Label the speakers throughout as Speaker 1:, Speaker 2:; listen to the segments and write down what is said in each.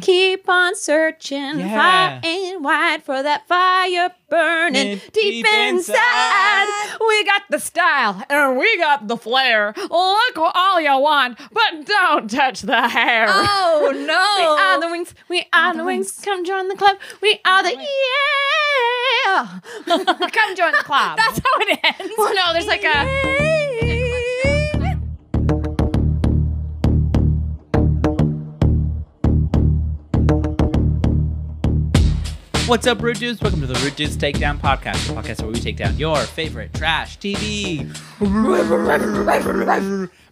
Speaker 1: Keep on searching far
Speaker 2: Yeah.
Speaker 1: and wide for that fire burning
Speaker 2: Deep
Speaker 1: deep
Speaker 2: inside.
Speaker 1: inside. We got the style and we got the flair. Look all you want, but don't touch the hair.
Speaker 3: Oh
Speaker 1: We are
Speaker 3: no!
Speaker 1: the wings. We are the, wings. Come join the club. We are the yeah. Come join the club.
Speaker 3: That's how it ends.
Speaker 1: well, no, there's like a.
Speaker 2: What's up, Root Dudes? Welcome to the Root Dudes Takedown Podcast, the podcast where we take down your favorite trash TV.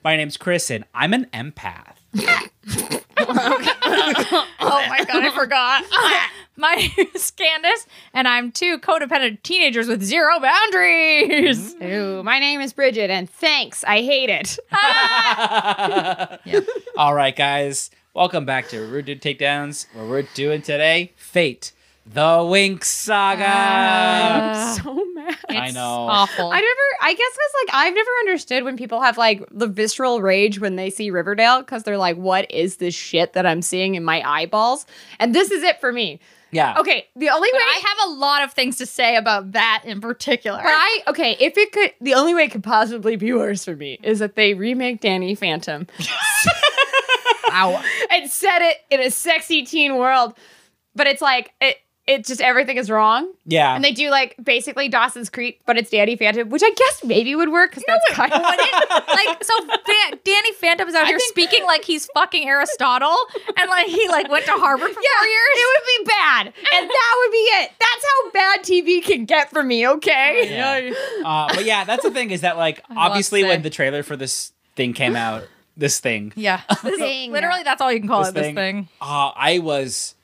Speaker 2: My name's Chris, and I'm an empath.
Speaker 3: Oh my god, I forgot. My name is Candace, and I'm two codependent teenagers with zero boundaries.
Speaker 1: Ooh, my name is Bridget, and thanks. I hate it.
Speaker 2: All right, guys, welcome back to Root Dude Takedowns, where we're doing today Fate, the Wink Saga.
Speaker 3: Uh,
Speaker 1: so mad.
Speaker 2: I
Speaker 3: it's
Speaker 2: know.
Speaker 3: Awful.
Speaker 1: I never, I guess, because like I've never understood when people have like the visceral rage when they see Riverdale because they're like, what is this shit that I'm seeing in my eyeballs? And this is it for me.
Speaker 2: yeah.
Speaker 1: Okay, the only
Speaker 3: But
Speaker 1: way
Speaker 3: I have a lot of things to say about that in particular.
Speaker 1: But I okay, if it could the only way it could possibly be worse for me is that they remake Danny Phantom
Speaker 2: Ow.
Speaker 1: and set it in a sexy teen world. But it's like it it just everything is wrong.
Speaker 2: Yeah.
Speaker 1: And they do like basically Dawson's Creek, but it's Danny Phantom, which I guess maybe would work because that's kind of what it
Speaker 3: like so Fa- Danny Phantom is out here speaking like he's fucking Aristotle and like he like went to Harvard for four years.
Speaker 1: It would be bad. And that would be it. That's how bad TV can get for me, okay?
Speaker 2: Yeah. uh, but yeah, that's the thing is that, like,
Speaker 3: lost
Speaker 2: obviously, when
Speaker 3: it.
Speaker 2: the trailer for this thing came out, this thing,
Speaker 3: Yeah. This-
Speaker 1: Thing.
Speaker 3: Literally that's all you can call
Speaker 2: this
Speaker 3: it, this thing.
Speaker 2: Uh, I was,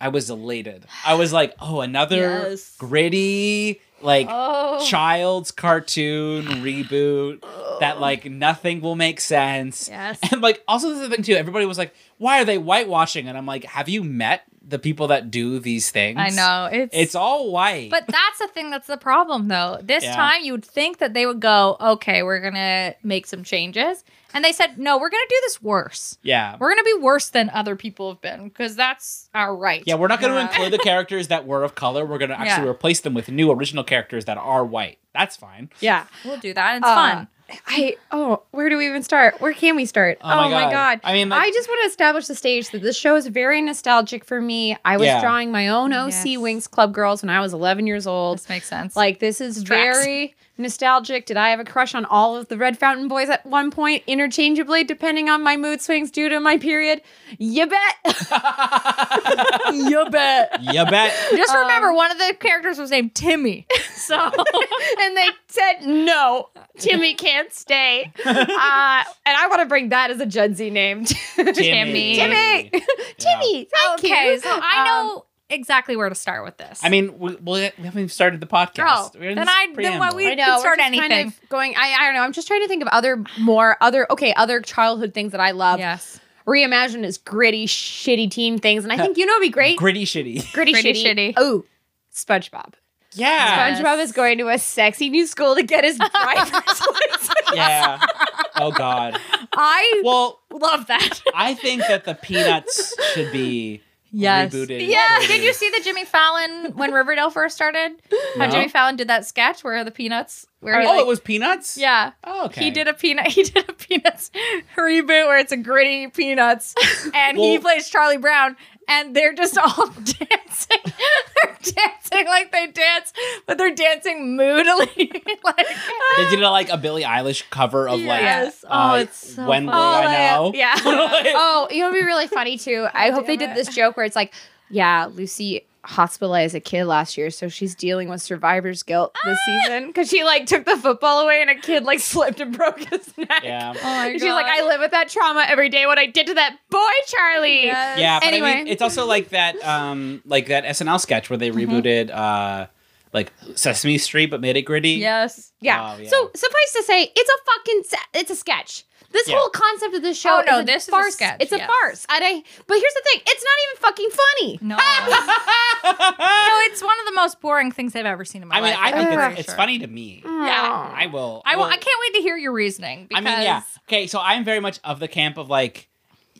Speaker 2: I was elated. I was like, oh, another
Speaker 1: Yes.
Speaker 2: gritty like
Speaker 3: Oh.
Speaker 2: child's cartoon reboot that like nothing will make sense.
Speaker 3: Oh. Yes.
Speaker 2: And like also this is the thing too. Everybody was like, why are they whitewashing? And I'm like, have you met the people that do these things?
Speaker 3: I know. It's
Speaker 2: It's all white.
Speaker 3: But that's the thing that's the problem though. This
Speaker 2: Yeah.
Speaker 3: time you would think that they would go, "Okay, we're going to make some changes." And they said, "No, we're going to do this worse.
Speaker 2: yeah.
Speaker 3: We're going to be worse than other people have been because that's our right."
Speaker 2: yeah, we're not going to
Speaker 3: Yeah.
Speaker 2: include the characters that were of color. We're going to actually
Speaker 3: Yeah.
Speaker 2: replace them with new original characters that are white. That's fine.
Speaker 1: Yeah.
Speaker 3: We'll do that. It's
Speaker 1: Uh,
Speaker 3: fun.
Speaker 1: I oh, where do we even start? Where can we start?
Speaker 2: Oh my God. I
Speaker 1: I mean,
Speaker 2: mean, like-
Speaker 1: I just want to establish the stage that this show is very nostalgic for me. I was
Speaker 2: Yeah.
Speaker 1: drawing my own OC
Speaker 3: Yes.
Speaker 1: Wings Club girls when I was 11 years old.
Speaker 3: This makes sense.
Speaker 1: Like this is
Speaker 3: Tracks.
Speaker 1: very nostalgic. Did I have a crush on all of the Red Fountain Boys at one point, interchangeably, depending on my mood swings due to my period? You bet. you bet.
Speaker 2: You bet.
Speaker 3: Just
Speaker 1: um,
Speaker 3: remember, one of the characters was named Timmy. So
Speaker 1: and they said no timmy can't stay uh, and i want to bring that as a gen z name
Speaker 2: Timmy.
Speaker 3: Timmy.
Speaker 1: timmy timmy thank
Speaker 3: okay,
Speaker 1: you Um,
Speaker 3: so I know exactly where to start with this.
Speaker 2: I mean, we, we haven't even started the podcast.
Speaker 3: Girl,
Speaker 2: We're in
Speaker 3: then
Speaker 2: this
Speaker 3: I- then why
Speaker 2: preamble.
Speaker 3: we-
Speaker 1: I know.
Speaker 3: can
Speaker 1: we're
Speaker 3: start
Speaker 1: just Kind
Speaker 3: anything.
Speaker 1: of going, I, I don't know. I'm just trying to think of other, more other, okay, other childhood things that I love.
Speaker 3: yes,
Speaker 1: Reimagine is gritty, shitty teen things, and I think you know it'd be great.
Speaker 2: gritty shitty.
Speaker 1: gritty,
Speaker 3: Gritty,
Speaker 1: shitty.
Speaker 3: shitty.
Speaker 1: Oh, SpongeBob.
Speaker 2: Yeah.
Speaker 3: Yes.
Speaker 1: SpongeBob is going to a sexy new school to get his driver's license.
Speaker 2: Yeah. Oh God.
Speaker 3: I
Speaker 2: Well,
Speaker 3: love that.
Speaker 2: I think that the Peanuts should be rebooted.
Speaker 3: Yeah.
Speaker 2: Rebooted.
Speaker 3: Did you see the Jimmy Fallon when Riverdale first started? How
Speaker 2: No.
Speaker 3: Jimmy Fallon did that sketch where the peanuts where he
Speaker 2: Uh-huh. Oh,
Speaker 3: like-
Speaker 2: it was Peanuts.
Speaker 3: yeah.
Speaker 2: Oh, okay.
Speaker 3: He did a peanut. He did a peanuts reboot where it's a gritty peanuts, and he
Speaker 2: Well-
Speaker 3: plays Charlie Brown, and they're just all dancing. they're dancing like they dance, but they're dancing moodily. like,
Speaker 2: They did a, like a Billie Eilish cover of like.
Speaker 3: Yes.
Speaker 2: uh,
Speaker 3: Oh, it's so
Speaker 2: When
Speaker 3: fun.
Speaker 2: will
Speaker 1: Oh,
Speaker 2: I
Speaker 1: yeah.
Speaker 2: know?
Speaker 3: yeah.
Speaker 2: Like-
Speaker 1: oh, you know, it'd be really funny too. I hope they
Speaker 3: damn
Speaker 1: did
Speaker 3: it.
Speaker 1: this joke where it's like, yeah, Lucy hospitalized a kid last year, so she's dealing with survivor's guilt this
Speaker 3: Ah!
Speaker 1: season because she like took the football away and a kid like slipped and broke his neck.
Speaker 2: Yeah.
Speaker 3: Oh my
Speaker 1: And she's like, I live with that trauma every day. What I did to that boy, Charlie.
Speaker 2: Yeah, but I mean,
Speaker 1: Anyway.
Speaker 2: it's also like that, um, like that SNL sketch where they
Speaker 3: Mm-hmm.
Speaker 2: rebooted, uh, like Sesame Street, but made it gritty.
Speaker 3: Yes.
Speaker 1: Yeah.
Speaker 2: Oh, yeah.
Speaker 1: So suffice to say, it's a fucking se- it's a sketch. This
Speaker 2: Yeah.
Speaker 1: whole concept of the show
Speaker 3: Oh, no,
Speaker 1: is a
Speaker 3: this is a
Speaker 1: farce.
Speaker 3: sketch,
Speaker 1: It's a
Speaker 3: yes.
Speaker 1: farce. And I, but here's the thing: it's not even fucking funny.
Speaker 3: No. no, it's one of the most boring things I've ever seen in my
Speaker 2: I mean,
Speaker 3: life.
Speaker 2: I think
Speaker 3: I'm
Speaker 2: it's,
Speaker 3: pretty
Speaker 2: it's
Speaker 3: sure.
Speaker 2: funny to me.
Speaker 3: Yeah.
Speaker 2: I will.
Speaker 3: Mm. I, will,
Speaker 2: will-
Speaker 3: I can't wait to hear your reasoning.
Speaker 2: I
Speaker 3: Because
Speaker 2: mean, yeah. Okay, so I'm very much of the camp of like,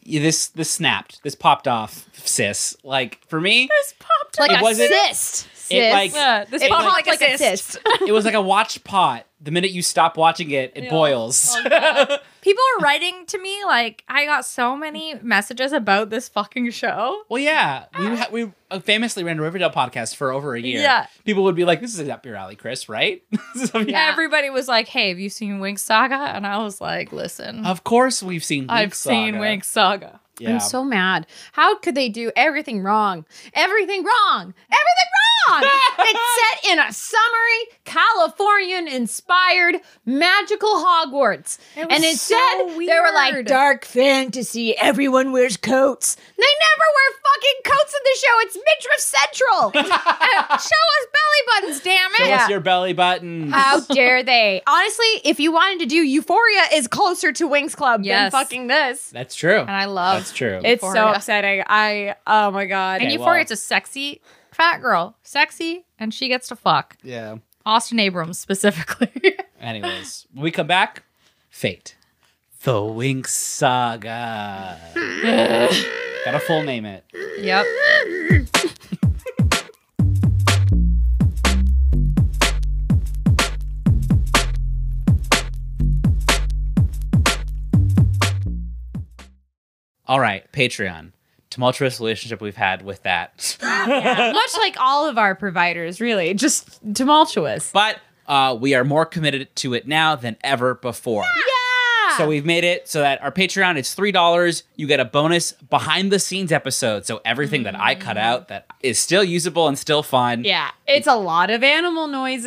Speaker 2: this this snapped. This popped off, sis. Like for me,
Speaker 3: This popped
Speaker 1: Like
Speaker 2: It
Speaker 1: a
Speaker 2: wasn't-
Speaker 1: cyst.
Speaker 2: it, like-
Speaker 1: Cyst.
Speaker 3: Yeah, this
Speaker 1: It
Speaker 3: popped
Speaker 1: looked
Speaker 3: like,
Speaker 1: like
Speaker 3: a
Speaker 1: a
Speaker 3: cyst.
Speaker 1: cyst.
Speaker 2: it was like a watch pot. The minute you stop watching it, it
Speaker 3: Yeah. Oh,
Speaker 2: boils.
Speaker 3: People are writing to me like I got so many messages about this fucking show.
Speaker 2: well, yeah, we ha- we uh, famously ran a Riverdale podcast for over a year.
Speaker 3: Yeah.
Speaker 2: people would be like, "This is up your alley, Chris, right?" So, yeah.
Speaker 1: Yeah.
Speaker 3: Everybody was like, "Hey, have you seen Wink Saga?" And I was like, "Listen,
Speaker 2: Of course, we've seen. Link
Speaker 3: I've seen
Speaker 2: Saga.
Speaker 3: Wink Saga."
Speaker 2: Yeah.
Speaker 1: I'm so mad. How could they do everything wrong? Everything wrong. Everything wrong. it's set in a summery Californian inspired magical Hogwarts.
Speaker 3: It was
Speaker 1: and instead,
Speaker 3: so
Speaker 1: they were like
Speaker 3: weird.
Speaker 1: dark fantasy. Everyone wears coats. They never wear fucking coats in the show. It's Midriff Central. Uh,
Speaker 3: Show us belly buttons, damn it!
Speaker 2: Show
Speaker 1: Yeah.
Speaker 2: us your belly button.
Speaker 1: How dare they? Honestly, if you wanted to do Euphoria is closer to Wings Club
Speaker 3: Yes.
Speaker 1: than fucking this.
Speaker 2: That's true.
Speaker 3: And I love
Speaker 2: That's true.
Speaker 1: It's so
Speaker 3: Euphoria.
Speaker 1: upsetting. I oh my god.
Speaker 3: And
Speaker 2: Okay,
Speaker 3: Euphoria,
Speaker 2: well-
Speaker 3: it's a sexy fat girl, sexy, and she gets to fuck
Speaker 2: yeah.
Speaker 3: Austin Abrams specifically.
Speaker 2: Anyways, when we come back, Fate. The Wink Saga. Gotta full name it.
Speaker 3: yep.
Speaker 2: All right, Patreon. Tumultuous relationship we've had with that.
Speaker 1: much like all of our providers, really, just tumultuous.
Speaker 2: but uh, we are more committed to it now than ever before.
Speaker 1: Yeah.
Speaker 2: So we've made it so that our Patreon is three dollars. You get a bonus behind the scenes episode. So everything that I cut out that is still usable and still fun.
Speaker 1: yeah, it's a lot of animal noises.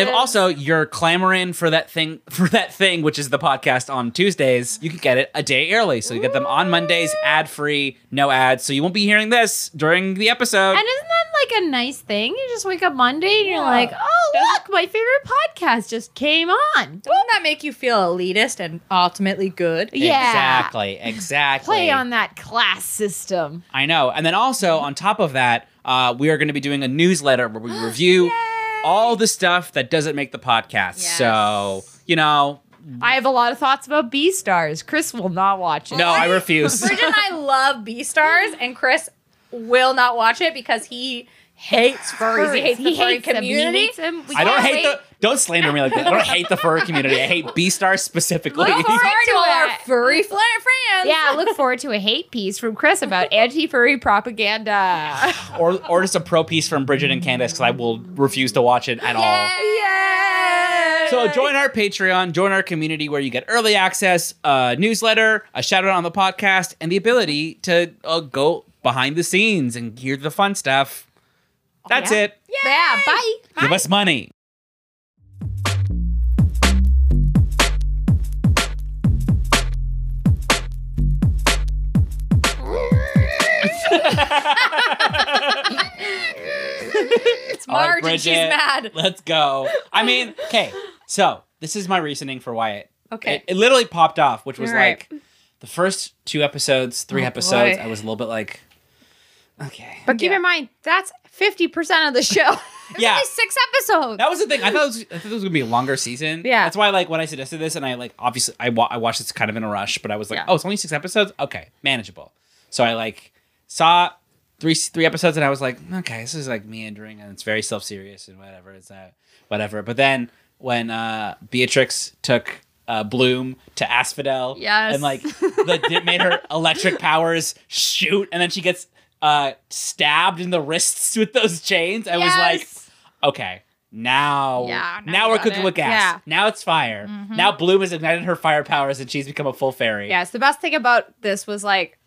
Speaker 1: And
Speaker 2: if also you're clamoring for that thing for that thing, which is the podcast on Tuesdays, you can get it a day early. So you get them on Mondays, ad free, no ads. So you won't be hearing this during the episode.
Speaker 1: And isn't that like a nice thing? You just wake up Monday and
Speaker 3: Yeah.
Speaker 1: you're like, "Oh,
Speaker 3: Doesn't-
Speaker 1: look, my favorite podcast just came on."
Speaker 3: Doesn't that make you feel elitist and ultimately good?
Speaker 1: Yeah.
Speaker 2: Exactly. Exactly.
Speaker 1: Play on that class system.
Speaker 2: I know. And then also on top of that, uh, we are going to be doing a newsletter where we review all the stuff that doesn't make the podcast.
Speaker 3: Yes.
Speaker 2: So you know,
Speaker 1: I have a lot of thoughts about B stars. Chris will not watch it.
Speaker 2: no, I refuse.
Speaker 3: Bridget and I love B stars, and Chris will not watch it because he hates furries. He hates the furry
Speaker 1: them. He
Speaker 3: community.
Speaker 1: hates them. We
Speaker 2: I don't
Speaker 1: can't
Speaker 2: hate
Speaker 1: wait.
Speaker 2: the. Don't slander me like that. I don't hate the furry community. I hate B Star specifically.
Speaker 3: Look forward to
Speaker 1: into
Speaker 3: all our
Speaker 1: it.
Speaker 3: furry fl- friends.
Speaker 1: Yeah, I look forward to a hate piece from Chris about anti furry propaganda.
Speaker 2: or or just a pro piece from Bridget and Candace because I will refuse to watch it at all.
Speaker 3: Yay!
Speaker 2: So join our Patreon, join our community where you get early access, a newsletter, a shout out on the podcast, and the ability to uh, go behind the scenes and hear the fun stuff. That's
Speaker 1: Yeah.
Speaker 2: it.
Speaker 1: Yeah, bye.
Speaker 2: Give us money.
Speaker 3: It's
Speaker 2: All right,
Speaker 3: Marge and she's
Speaker 2: Bridget,
Speaker 3: mad.
Speaker 2: Let's go. I mean, okay. So this is my reasoning for why it
Speaker 3: Okay.
Speaker 2: it, it literally popped off, which was
Speaker 3: All right.
Speaker 2: like the first two episodes, three
Speaker 3: Oh,
Speaker 2: episodes.
Speaker 3: boy.
Speaker 2: I was a little bit like, okay,
Speaker 1: But keep
Speaker 3: Yeah.
Speaker 1: in mind, that's 50% of the show.
Speaker 2: yeah.
Speaker 3: Only six episodes.
Speaker 2: That was the thing. I thought it was, I thought it was gonna be a longer season.
Speaker 1: Yeah.
Speaker 2: That's why, like, when I suggested this, and I like obviously I wa- I watched this kind of in a rush, but I was like,
Speaker 3: Yeah.
Speaker 2: oh, it's only six episodes. Okay, manageable. So I like saw three three episodes, and I was like, okay, this is like meandering, and it's very self serious and whatever. It's that whatever. But then when uh Beatrix took. Uh, Bloom to Asphodel,
Speaker 3: Yes.
Speaker 2: and like the, it made her electric powers shoot, and then she gets uh stabbed in the wrists with those chains. I was like,
Speaker 3: Yes.
Speaker 2: okay, now,
Speaker 3: Yeah, now
Speaker 2: now,
Speaker 3: we
Speaker 2: we're
Speaker 3: got
Speaker 2: cooking
Speaker 3: it. Mm-hmm.
Speaker 2: with gas.
Speaker 1: Yeah.
Speaker 2: Now it's fire. Now Bloom has ignited her fire powers and she's become a full fairy.
Speaker 1: yes, the best thing about this was like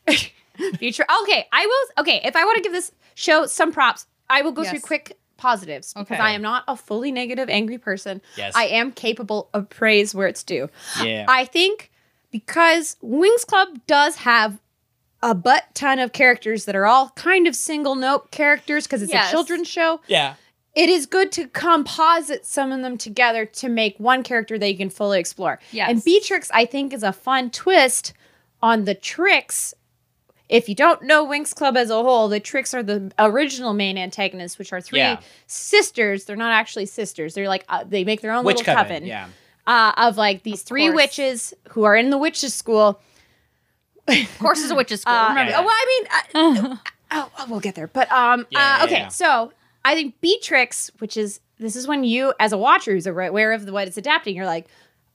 Speaker 1: future. Okay, I will. Okay, if I want to give this show some props, I will go through
Speaker 3: Yes.
Speaker 1: quick positives because
Speaker 3: Okay.
Speaker 1: I am not a fully negative, angry person.
Speaker 2: Yes.
Speaker 1: I am capable of praise where it's due.
Speaker 2: Yeah.
Speaker 1: I think because Wings Club does have a butt ton of characters that are all kind of single note characters because it's
Speaker 3: Yes.
Speaker 1: a children's show.
Speaker 2: yeah.
Speaker 1: it is good to composite some of them together to make one character that you can fully explore.
Speaker 3: Yes.
Speaker 1: And Beatrix, I think, is a fun twist on the tricks. If you don't know Winx Club as a whole, the tricks are the original main antagonists, which are three
Speaker 2: Yeah.
Speaker 1: sisters. They're not actually sisters. They're like uh, they make their own
Speaker 2: Witch
Speaker 1: little
Speaker 2: coven.
Speaker 1: coven,
Speaker 2: Yeah.
Speaker 1: uh, of like these three
Speaker 3: course.
Speaker 1: witches who are in the witches' school. Course is a witch's school.
Speaker 3: Uh,
Speaker 1: remember.
Speaker 2: Yeah, yeah.
Speaker 1: Oh, well, I mean, I, oh, oh, we'll get there. But um,
Speaker 2: Yeah, yeah,
Speaker 1: uh, okay.
Speaker 2: yeah.
Speaker 1: So I think Beatrix, which is this is when you, as a watcher who's aware of the, what it's adapting, you're like,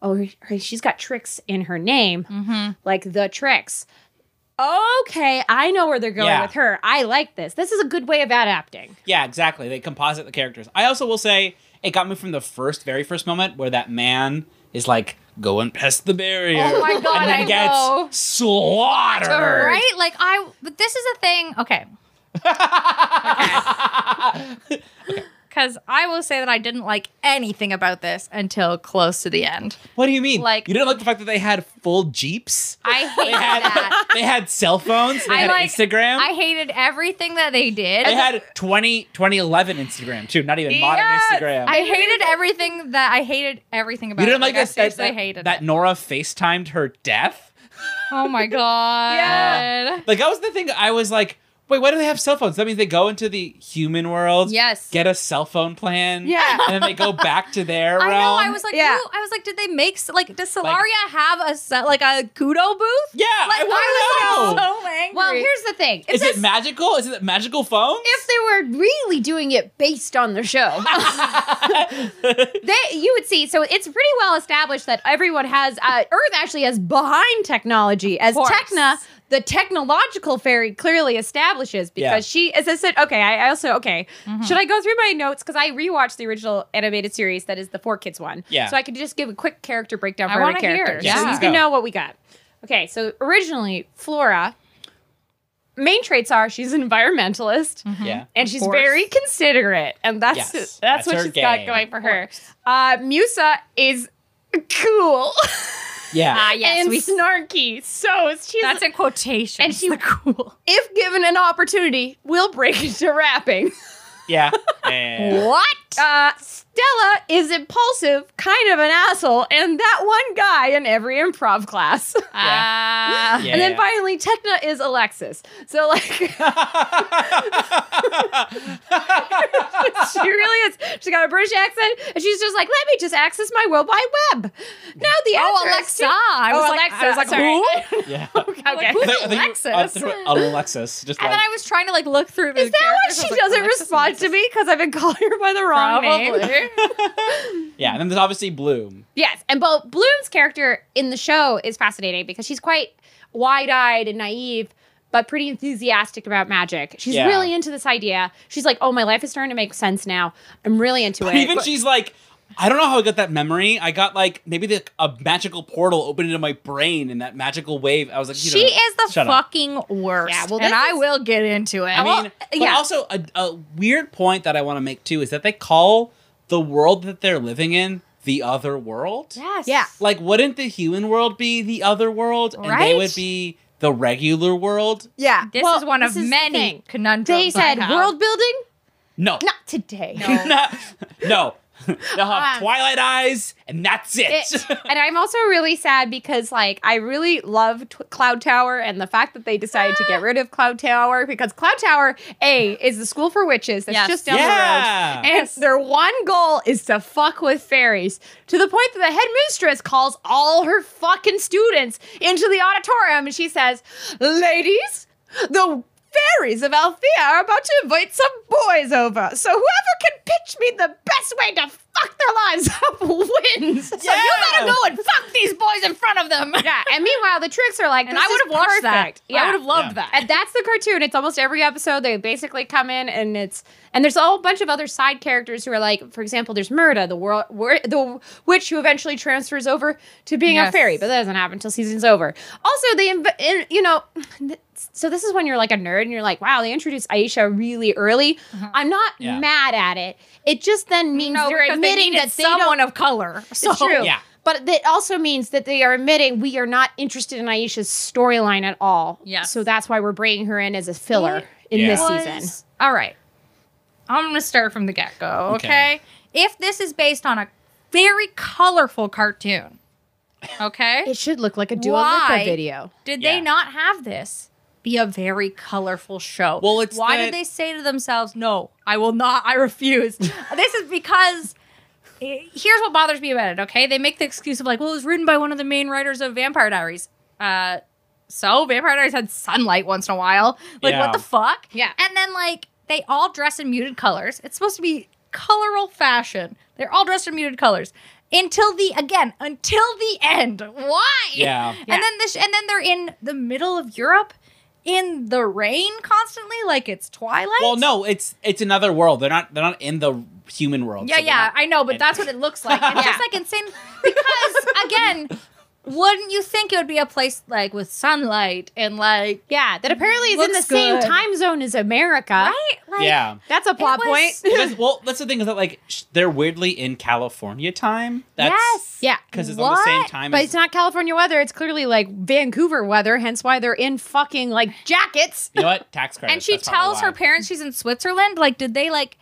Speaker 1: oh, her- she's got tricks in her name, like the tricks. Okay, I know where they're going
Speaker 2: Yeah.
Speaker 1: with her. I like this. This is a good way of adapting.
Speaker 2: Yeah, exactly. They composite the characters. I also will say it got me from the first, very first moment where that man is like, go and pest the barrier.
Speaker 3: Oh my God,
Speaker 2: And then
Speaker 3: I
Speaker 2: gets
Speaker 3: know.
Speaker 2: slaughtered.
Speaker 3: Right? Like I but this is a thing. Okay. Cuz I will say that I didn't like anything about this until close to the end.
Speaker 2: What do you mean?
Speaker 3: Like-
Speaker 2: you didn't like the fact that they had full jeeps.
Speaker 3: I hated
Speaker 2: They had
Speaker 3: that.
Speaker 2: they had cell phones. They
Speaker 3: I
Speaker 2: had
Speaker 3: like-
Speaker 2: Instagram.
Speaker 3: I hated everything that they did.
Speaker 2: they had 20, 2011 Instagram too. Not even modern
Speaker 3: Yes!
Speaker 2: Instagram.
Speaker 3: I hated everything that I hated everything about
Speaker 2: you didn't
Speaker 3: it.
Speaker 2: like, that, that,
Speaker 3: seriously
Speaker 2: that,
Speaker 3: hated
Speaker 2: that
Speaker 3: it.
Speaker 2: Nora FaceTimed her death.
Speaker 3: Oh my god.
Speaker 1: Yeah.
Speaker 2: Like that was the thing. I was like, wait, why do they have cell phones? That means they go into the human world.
Speaker 3: Yes.
Speaker 2: Get a cell phone plan.
Speaker 1: Yeah.
Speaker 2: And then they go back to their
Speaker 3: I
Speaker 2: realm.
Speaker 3: know. I was like,
Speaker 1: Yeah.
Speaker 3: who- I was like, did they make s- like does Solaria have a se- like a kudo booth?
Speaker 2: yeah.
Speaker 3: Like
Speaker 2: I
Speaker 3: was
Speaker 2: want to know.
Speaker 3: so angry.
Speaker 1: Well, here's the thing. If,
Speaker 2: Is
Speaker 1: this,
Speaker 2: it magical? Is it magical phones?
Speaker 1: if they were really doing it based on the show, they you would see so it's pretty well established that everyone has uh, earth actually has behind technology as
Speaker 3: course.
Speaker 1: techna the technological fairy clearly establishes
Speaker 2: Yeah.
Speaker 1: because she as i said okay i I also okay
Speaker 3: Mm-hmm.
Speaker 1: should i go through my notes because i rewatched the original animated series that is the four kids one
Speaker 2: Yeah.
Speaker 1: so i could just give a quick character breakdown
Speaker 3: I
Speaker 1: for every
Speaker 3: wanna hear.
Speaker 1: character
Speaker 2: Yes,
Speaker 1: so
Speaker 2: let's
Speaker 1: you can
Speaker 2: go.
Speaker 1: know what we got okay so originally flora main traits are she's an environmentalist
Speaker 3: Mm-hmm. Mhm.
Speaker 2: yeah.
Speaker 1: and she's
Speaker 3: course.
Speaker 1: very considerate, and that's
Speaker 2: Yes,
Speaker 1: that's,
Speaker 2: that's
Speaker 1: what
Speaker 2: her
Speaker 1: she's
Speaker 2: game.
Speaker 1: got going for her. Uh, Musa is cool
Speaker 2: Yeah.
Speaker 3: Ah, yes,
Speaker 1: and
Speaker 3: we-
Speaker 1: snarky, so she's
Speaker 3: that's in quotations.
Speaker 1: and she cool. If given an opportunity, will break into rapping.
Speaker 2: yeah. Yeah, yeah, yeah.
Speaker 1: What? Uh, Stella is impulsive, kind of an asshole, and that one guy in every improv class.
Speaker 3: Ah.
Speaker 2: Yeah.
Speaker 1: and then finally, Techna is Alexis. So like. she really is. She's got a British accent, and she's just like, "Let me just access my world by web." Now the
Speaker 3: Oh,
Speaker 1: answer is
Speaker 3: Alexa.
Speaker 1: to-
Speaker 3: I
Speaker 1: Oh,
Speaker 3: was
Speaker 1: Alexa.
Speaker 3: like, I was like,
Speaker 1: sorry.
Speaker 3: who?
Speaker 2: yeah.
Speaker 1: okay.
Speaker 3: who's
Speaker 2: I think- I think you- uh,
Speaker 3: Alexis?
Speaker 2: threw it- Alexis. Just
Speaker 3: And
Speaker 2: like,
Speaker 3: then I was trying to like look through.
Speaker 1: Is that why she doesn't respond to me? Because I've been calling her by the wrong name.
Speaker 2: yeah. And then there's obviously Bloom.
Speaker 1: Yes, and Bo Bloom's character in the show is fascinating because she's quite wide-eyed and naive, but pretty enthusiastic about magic. She's
Speaker 2: Yeah.
Speaker 1: really into this idea. She's like, "Oh, my life is starting to make sense now. I'm really into it."
Speaker 2: Even she's like, I don't know how I got that memory. I got like maybe the, a magical portal opened into my brain and that magical wave. I was like, you
Speaker 3: She
Speaker 2: know,
Speaker 3: is the
Speaker 2: shut up.
Speaker 3: fucking worst.
Speaker 1: Yeah, well,
Speaker 3: and
Speaker 1: this
Speaker 3: I
Speaker 1: is-
Speaker 3: will get into it.
Speaker 2: I mean, but
Speaker 1: yeah.
Speaker 2: also a, a weird point that I want to make too is that they call the world that they're living in the other world.
Speaker 1: yes,
Speaker 3: Yeah.
Speaker 2: Like, wouldn't the human world be the other world, and they
Speaker 3: Right?
Speaker 2: would be the regular world?
Speaker 3: yeah, this
Speaker 1: well,
Speaker 3: is one
Speaker 1: this
Speaker 3: of
Speaker 1: is the
Speaker 3: many
Speaker 1: thing.
Speaker 3: conundrums.
Speaker 1: They said
Speaker 3: I have.
Speaker 1: world building,
Speaker 2: No,
Speaker 1: not today.
Speaker 2: Not- no. They'll have
Speaker 1: Um,
Speaker 2: Twilight eyes, and that's it.
Speaker 1: it. and I'm also really sad because like I really love t- Cloud Tower and the fact that they decided to get rid of Cloud Tower because Cloud Tower A is the school for witches that's
Speaker 3: Yes.
Speaker 1: just down
Speaker 2: yeah.
Speaker 1: the road. And their one goal is to fuck with fairies to the point that the head mistress calls all her fucking students into the auditorium and she says, "Ladies, the fairies of Althea are about to invite some boys over. So whoever can pitch me the best way to fuck their lives up wins. So
Speaker 2: Yeah.
Speaker 1: you better go and fuck.
Speaker 3: fuck these boys in front of them.
Speaker 1: Yeah. And meanwhile, the tricks are like,
Speaker 3: and
Speaker 1: this
Speaker 3: I
Speaker 1: is
Speaker 3: would have watched that.
Speaker 1: perfect. Yeah.
Speaker 3: I would have loved
Speaker 2: Yeah.
Speaker 3: that.
Speaker 1: And that's the cartoon. It's almost every episode. They basically come in and it's and there's a whole bunch of other side characters who are like, for example, there's Murda, the world wor- the witch who eventually transfers over to being a
Speaker 3: Yes.
Speaker 1: fairy, but that doesn't happen until season's over. Also, they inv- in, you know, so this is when you're like a nerd and you're like, wow, they introduced Aisha really early. I'm not
Speaker 2: Yeah.
Speaker 1: mad at it. It just then means
Speaker 3: Uh-huh. no,
Speaker 1: they're
Speaker 3: because they
Speaker 1: admitting
Speaker 3: needed
Speaker 1: that they don't
Speaker 3: someone of color. So
Speaker 1: it's true.
Speaker 2: Yeah.
Speaker 1: But it also means that they are admitting we are not interested in Aisha's storyline at all.
Speaker 3: Yes.
Speaker 1: So that's why we're bringing her in as a filler
Speaker 3: It
Speaker 1: in this
Speaker 3: was-
Speaker 1: season.
Speaker 3: All right. I'm going to start from the get go,
Speaker 2: Okay.
Speaker 3: okay? If this is based on a very colorful cartoon, okay?
Speaker 1: It should look like a Dua
Speaker 3: Why?
Speaker 1: Lipa video.
Speaker 3: Did
Speaker 2: Yeah.
Speaker 3: they not have this be a very colorful show?
Speaker 2: Well, it's
Speaker 3: Why
Speaker 2: that-
Speaker 3: did they say to themselves, no, I will not, I refuse? this is because. eh, Here's what bothers me about it, okay? They make the excuse of like, well, it was written by one of the main writers of Vampire Diaries. Uh, so Vampire Diaries had sunlight once in a while. Like
Speaker 2: Yeah.
Speaker 3: what the fuck?
Speaker 1: Yeah.
Speaker 3: And then like they all dress in muted colors. It's supposed to be colorful fashion. They're all dressed in muted colors. Until the again, until the end. Why?
Speaker 2: Yeah.
Speaker 1: Yeah.
Speaker 3: And then this and then they're in the middle of Europe in the rain constantly like it's twilight.
Speaker 2: Well, no, it's it's another world. They're not they're not in the human world.
Speaker 3: Yeah,
Speaker 2: so they're
Speaker 3: yeah,
Speaker 2: not-
Speaker 3: I know, but that's what it looks like. It's
Speaker 1: Yeah.
Speaker 3: just like insane because again, wouldn't you think it would be a place like with sunlight and like
Speaker 1: Yeah, that apparently is in the
Speaker 3: Looks
Speaker 1: same
Speaker 3: good.
Speaker 1: time zone as America.
Speaker 3: right? Like,
Speaker 2: yeah.
Speaker 1: That's a plot
Speaker 3: was-
Speaker 1: point.
Speaker 2: Because- well, that's the thing is that like sh- they're weirdly in California time. That's,
Speaker 3: yes.
Speaker 1: Yeah.
Speaker 2: Because it's on the same
Speaker 3: What?
Speaker 2: time
Speaker 1: But
Speaker 2: as
Speaker 1: it's not California weather. It's clearly like Vancouver weather, hence why they're in fucking like jackets.
Speaker 2: you know what tax credits.
Speaker 3: And she
Speaker 2: that's probably
Speaker 3: tells her
Speaker 2: why.
Speaker 3: parents she's in Switzerland. Like, did they like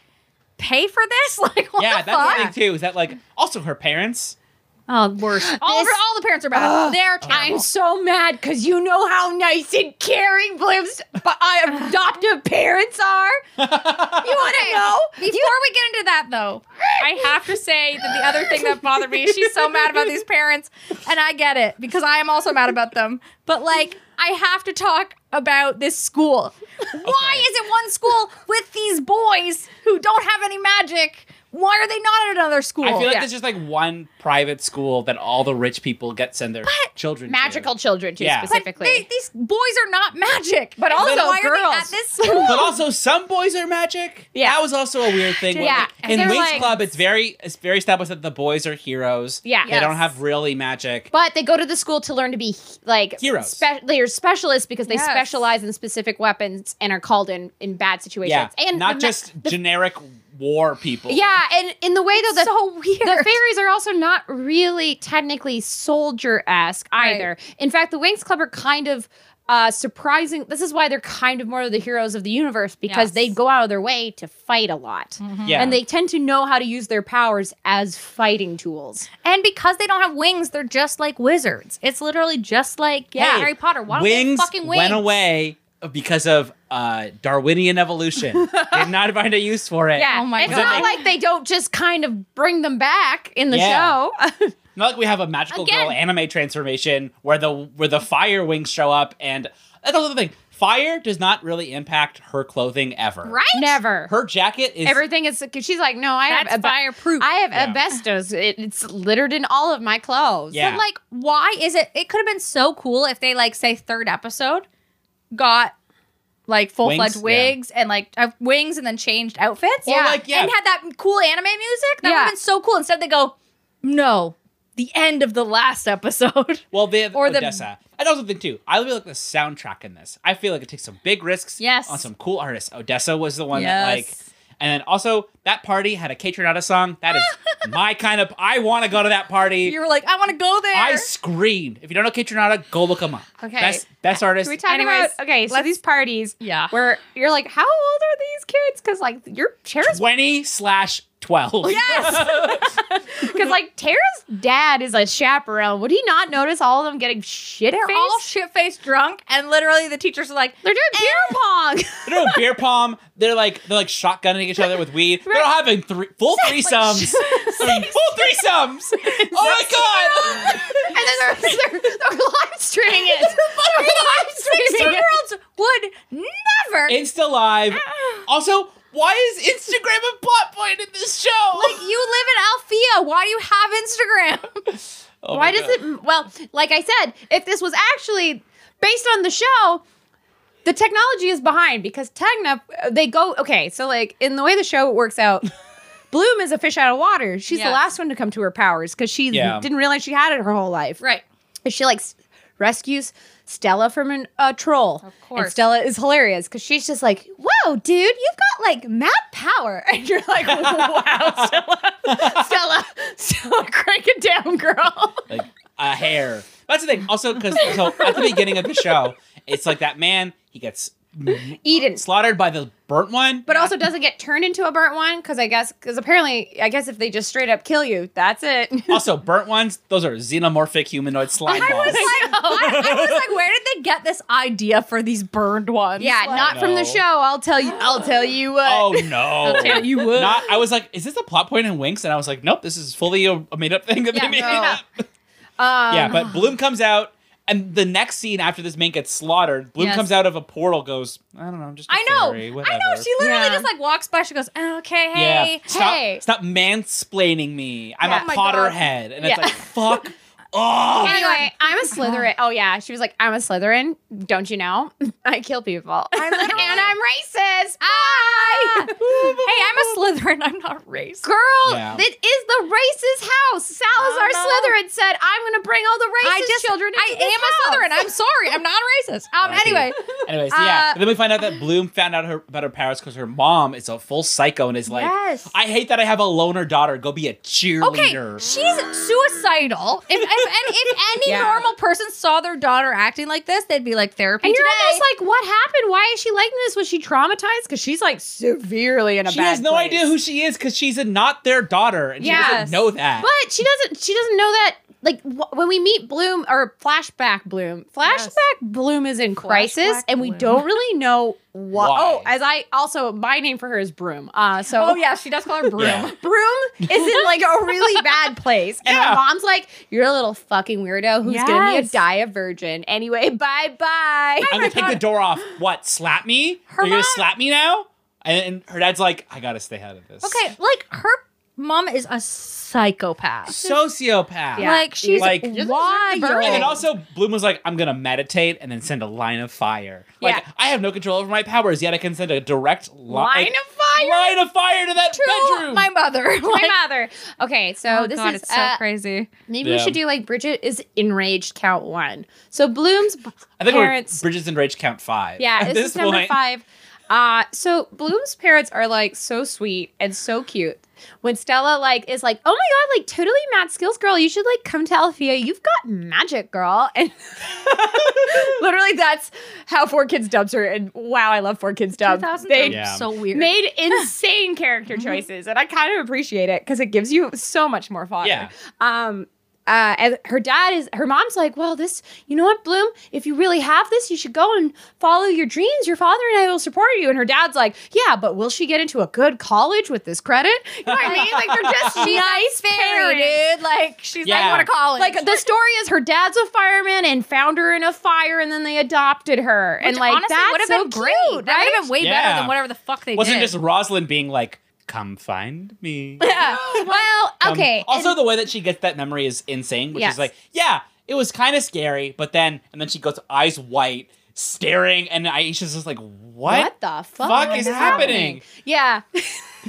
Speaker 3: pay for this? Like, what
Speaker 2: Yeah,
Speaker 3: the
Speaker 2: that's
Speaker 3: fuck?
Speaker 2: the thing too. Is that like also her parents?
Speaker 1: Oh, worse.
Speaker 3: All, of her-
Speaker 1: This-
Speaker 3: all the parents are bad. They're
Speaker 1: I'm
Speaker 3: terrible.
Speaker 1: so mad because you know how nice and caring Blim's but uh, adoptive parents are. You want to know?
Speaker 3: Before we get into that, though, I have to say that the other thing that bothered me, she's so mad about these parents, and I get it because I am also mad about them. But like, I have to talk about this school. Why
Speaker 2: Okay.
Speaker 3: is it one school with these boys who don't have any magic? Why are they not at another school?
Speaker 2: I feel like
Speaker 1: Yeah.
Speaker 2: there's just like one private school that all the rich people get send their children
Speaker 1: Magical
Speaker 2: to.
Speaker 1: children, too,
Speaker 2: Yeah. But
Speaker 3: But
Speaker 1: specifically.
Speaker 3: they- these boys are not magic.
Speaker 1: But
Speaker 3: And then
Speaker 1: also
Speaker 3: why are they
Speaker 1: girls.
Speaker 3: at this school?
Speaker 2: But also, some boys are magic.
Speaker 1: Yeah.
Speaker 2: that was also a weird thing. where,
Speaker 1: Yeah,
Speaker 2: like,
Speaker 1: and
Speaker 2: in
Speaker 1: they're
Speaker 2: Wings
Speaker 1: like-
Speaker 2: Club, it's very it's very established that the boys are heroes.
Speaker 1: Yeah.
Speaker 2: they don't
Speaker 3: Yes.
Speaker 2: have really magic.
Speaker 1: But they go to the school to learn to be like
Speaker 2: Heroes.
Speaker 1: Spe- they are specialists because they
Speaker 3: Yes.
Speaker 1: specialize in specific weapons and are called in in bad
Speaker 2: yeah,
Speaker 1: situations. and
Speaker 2: not
Speaker 1: the ma-
Speaker 2: just generic war people.
Speaker 1: yeah, and in the way though that
Speaker 3: so weird.
Speaker 1: the fairies are also not really technically soldier esque
Speaker 3: Right.
Speaker 1: either. In fact, the Wings Club are kind of uh, surprising. This is why they're kind of more of the heroes of the universe because
Speaker 3: Yes.
Speaker 1: they go out of their way to fight a lot.
Speaker 2: Mm-hmm. yeah,
Speaker 1: And they tend to know how to use their powers as fighting tools.
Speaker 3: And because they don't have wings, they're just like wizards. It's literally just like yeah,
Speaker 2: Hey,
Speaker 3: Harry Potter. Why don't they have
Speaker 2: wings,
Speaker 3: fucking wings?
Speaker 2: went away because of uh, Darwinian evolution. Did not find a use for it.
Speaker 1: Yeah.
Speaker 3: Oh my
Speaker 1: it's
Speaker 3: God.
Speaker 1: not like they don't just kind of bring them back in the
Speaker 2: Yeah.
Speaker 1: show.
Speaker 2: Not like we have a magical
Speaker 1: Again.
Speaker 2: girl anime transformation where the where the fire wings show up and that's another thing. Fire does not really impact her clothing ever.
Speaker 3: Right?
Speaker 1: Never.
Speaker 2: Her jacket is
Speaker 1: Everything is cause she's like, no, I
Speaker 3: That's
Speaker 1: have ab-
Speaker 3: fireproof.
Speaker 1: I have
Speaker 2: Yeah.
Speaker 1: asbestos. It, it's littered in all of my clothes.
Speaker 2: Yeah.
Speaker 3: But like, why is it? It could have been so cool if they like say third episode got like full
Speaker 2: Wings?
Speaker 3: fledged
Speaker 2: Yeah.
Speaker 3: wigs and like uh, wings and then changed outfits.
Speaker 1: Or,
Speaker 3: yeah.
Speaker 2: like, yeah.
Speaker 3: And had that cool anime music. That would
Speaker 1: Yeah.
Speaker 3: have been so cool. Instead, they go, no, the end of the last episode.
Speaker 2: well they have
Speaker 3: or the-
Speaker 2: Odessa. And also the too. I really like the soundtrack in this. I feel like it takes some big risks
Speaker 3: Yes.
Speaker 2: on some cool artists. Odessa was the one that like
Speaker 3: Yes.
Speaker 2: and then also that party had a Catronata song. That is my kind of I wanna go to that party.
Speaker 3: you were like, I want to go there.
Speaker 2: I screamed. If you don't know Catronata, go look him up.
Speaker 3: Okay.
Speaker 2: Best best artist.
Speaker 1: Can we talk
Speaker 3: Anyways,
Speaker 1: about okay? So
Speaker 3: let's-
Speaker 1: these parties,
Speaker 3: Yeah.
Speaker 1: where you're like, how old are these kids? Because like your Tara's,
Speaker 2: Twenty slash
Speaker 3: Oh,
Speaker 2: twelve.
Speaker 1: because like Tara's dad is a chaperone. Would he not notice all of them getting shit
Speaker 3: They're all shit faced drunk, and literally the teachers are like,
Speaker 1: They're doing beer pong.
Speaker 2: They're doing beer pong. They're like they're like shotgunning each other with weed. They're all having three full threesomes. I mean, full threesomes. Oh my god.
Speaker 1: and then they're, they're, they're live streaming it. they're live streaming it.
Speaker 3: six-year-olds would never.
Speaker 2: Insta live. Also, why is Instagram a plot point in this show?
Speaker 3: like, you live in Alfea. Why do you have Instagram?
Speaker 2: Oh my
Speaker 1: Why does
Speaker 2: God.
Speaker 1: it? Well, like I said, if this was actually based on the show, the technology is behind because Tegna, they go, okay, so like in the way the show works out, Bloom is a fish out of water. She's the
Speaker 3: Yes.
Speaker 1: last one to come to her powers because she
Speaker 2: Yeah.
Speaker 1: didn't realize she had it her whole life.
Speaker 3: right.
Speaker 1: She like s- rescues Stella from an, a troll. Of And
Speaker 3: course.
Speaker 1: Stella is hilarious because she's just like, whoa, dude, you've got like mad power. And you're like, wow, Stella, Stella, Stella, crank it down, girl.
Speaker 2: like a hair. That's the thing. Also, because so at the beginning of the show, it's like that man he gets
Speaker 1: Eden.
Speaker 2: slaughtered by the burnt one.
Speaker 1: But also doesn't get turned into a burnt one because I guess because apparently I guess if they just straight up kill you, that's it.
Speaker 2: Also, burnt ones, those are xenomorphic humanoid
Speaker 1: Oh
Speaker 2: slime
Speaker 3: I
Speaker 2: balls.
Speaker 3: was like, I, I was like, where did they get this idea for these burned ones?
Speaker 1: yeah,
Speaker 3: Like-
Speaker 1: not from the
Speaker 2: No.
Speaker 1: show. I'll tell you. I'll tell you what.
Speaker 2: oh no.
Speaker 3: tell you what.
Speaker 2: Not, I was like, is this a plot point in Winx? And I was like, nope, this is fully a, a made up thing that
Speaker 1: Yeah,
Speaker 2: they made
Speaker 1: no.
Speaker 2: up.
Speaker 1: Um,
Speaker 2: Yeah, but Bloom comes out. and the next scene after this mink gets slaughtered, Bloom
Speaker 1: Yes.
Speaker 2: comes out of a portal, goes, I don't know, I'm just a
Speaker 3: I know.
Speaker 2: fairy,
Speaker 3: I know.
Speaker 2: whatever."
Speaker 3: She literally
Speaker 1: Yeah.
Speaker 3: just like walks by. She goes, okay,
Speaker 2: yeah.
Speaker 3: hey,
Speaker 2: Stop,
Speaker 3: hey.
Speaker 2: stop mansplaining me. I'm
Speaker 3: Yeah.
Speaker 2: a
Speaker 3: Oh my God.
Speaker 2: Potterhead. And
Speaker 1: Yeah.
Speaker 2: it's like, fuck off.
Speaker 1: Oh. Anyway, I'm a Slytherin. Oh yeah, she was like, I'm a Slytherin. Don't you know? I kill people.
Speaker 3: I'm literally- Ah.
Speaker 1: and I'm racist. Bye.
Speaker 3: hey, I'm a Slytherin. I'm not racist.
Speaker 1: Girl,
Speaker 2: Yeah.
Speaker 1: it is the racist house. Salazar
Speaker 3: I know.
Speaker 1: Slytherin said, "I'm going to bring all the racist
Speaker 3: Uh-huh. I just,
Speaker 1: children." Into
Speaker 3: I
Speaker 1: this house."
Speaker 3: am a Slytherin. I'm sorry. I'm not a racist. Um,
Speaker 2: Okay.
Speaker 3: anyway,
Speaker 2: Anyway, so yeah.
Speaker 3: Uh,
Speaker 2: And then we find out that Bloom found out her, about her powers because her mom is a full psycho and is like,
Speaker 1: Yes.
Speaker 2: I hate that I have a loner daughter. Go be a
Speaker 3: okay,
Speaker 2: cheerleader.
Speaker 3: she's suicidal. If if, and if any
Speaker 1: Yeah.
Speaker 3: normal person saw their daughter acting like this, they'd be like therapy
Speaker 1: And you're
Speaker 3: today.
Speaker 1: almost like, what happened? Why is she like this? Was she traumatized? Because she's like severely in a
Speaker 2: she
Speaker 1: bad
Speaker 2: has no
Speaker 1: place.
Speaker 2: idea who she is because she's not their daughter and she
Speaker 3: Yes.
Speaker 2: doesn't know that.
Speaker 1: But she doesn't. She doesn't know that. Like wh- when we meet Bloom or flashback Bloom, flashback
Speaker 3: Yes.
Speaker 1: Bloom is in crisis,
Speaker 3: Flashback
Speaker 1: and we
Speaker 3: Bloom.
Speaker 1: don't really know why.
Speaker 2: Why?
Speaker 1: Oh, as I also my name for her is Broom. Uh, so
Speaker 3: oh yeah, she does call her broom.
Speaker 2: Yeah.
Speaker 1: Broom is in like a really bad place, and
Speaker 2: Yeah.
Speaker 1: her mom's like, "You're a little fucking weirdo who's gonna be a
Speaker 3: Yes.
Speaker 1: dia virgin anyway. Bye bye."
Speaker 2: I'm gonna take the door off. What? Slap me?
Speaker 3: Her
Speaker 2: You're gonna
Speaker 3: mom-
Speaker 2: slap me now? And, and her dad's like, I gotta stay out of this.
Speaker 3: Okay, like her mom is a psychopath.
Speaker 2: Sociopath.
Speaker 1: Yeah.
Speaker 3: Like she's
Speaker 2: Like-
Speaker 1: deserve to
Speaker 3: wild.
Speaker 1: burn.
Speaker 2: And then
Speaker 1: Oh.
Speaker 2: also, Bloom was like, I'm gonna meditate and then send a line of fire. Like,
Speaker 1: Yeah.
Speaker 2: I have no control over my powers, yet I can send a direct li-
Speaker 1: Line
Speaker 2: like,
Speaker 1: of fire.
Speaker 2: line of fire to that
Speaker 3: To
Speaker 2: bedroom.
Speaker 3: my mother.
Speaker 1: My
Speaker 3: Like-
Speaker 1: mother. Okay, so
Speaker 3: oh,
Speaker 1: this
Speaker 3: God,
Speaker 1: is
Speaker 3: it's so
Speaker 1: uh,
Speaker 3: crazy.
Speaker 1: maybe we
Speaker 2: Yeah.
Speaker 1: should do like Bridget is enraged count one. So Bloom's
Speaker 2: I think
Speaker 1: parents.
Speaker 2: we're Bridges and Rage count five.
Speaker 1: Yeah,
Speaker 2: at
Speaker 1: this, is number five. Uh, so Bloom's parents are like so sweet and so cute. When Stella like is like, oh my god, like totally mad skills girl, you should like come to Alfia. You've got magic, girl. And literally, that's how Four Kids dubs her. And wow, I love Four Kids dub.
Speaker 3: 2000s
Speaker 1: They
Speaker 3: are
Speaker 2: Yeah.
Speaker 3: so weird. Mm-hmm.
Speaker 1: made insane character choices, and I kind of appreciate it because it gives you so much more fodder.
Speaker 2: Yeah.
Speaker 1: Um. Uh, and her dad is her mom's like, well, this, you know what, Bloom? If you really have this, you should go and follow your dreams. Your father and I will support you. And her dad's like, yeah, but will she get into a good college with this credit? You know what I mean? Like they're just nice
Speaker 3: fairy,
Speaker 1: parents.
Speaker 3: dude. Like she's
Speaker 2: Yeah.
Speaker 3: like, I want to college.
Speaker 1: Like the story is her dad's a fireman and found her in a fire, and then they adopted her. and like
Speaker 3: honestly,
Speaker 1: that's
Speaker 3: would've
Speaker 1: so
Speaker 3: been
Speaker 1: great,
Speaker 3: That would have
Speaker 1: right?
Speaker 3: been way
Speaker 2: Yeah.
Speaker 3: better than whatever the fuck they
Speaker 2: Wasn't
Speaker 3: did.
Speaker 2: just Rosalind being like, come find me.
Speaker 1: Yeah. well,
Speaker 2: Um,
Speaker 1: okay.
Speaker 2: also, the way that she gets that memory is insane, which
Speaker 1: Yes.
Speaker 2: is like, yeah, it was kind of scary, but then, and then she goes eyes white, staring, and Aisha's just like, what?
Speaker 1: What the fuck,
Speaker 2: fuck is happening?
Speaker 1: Yeah.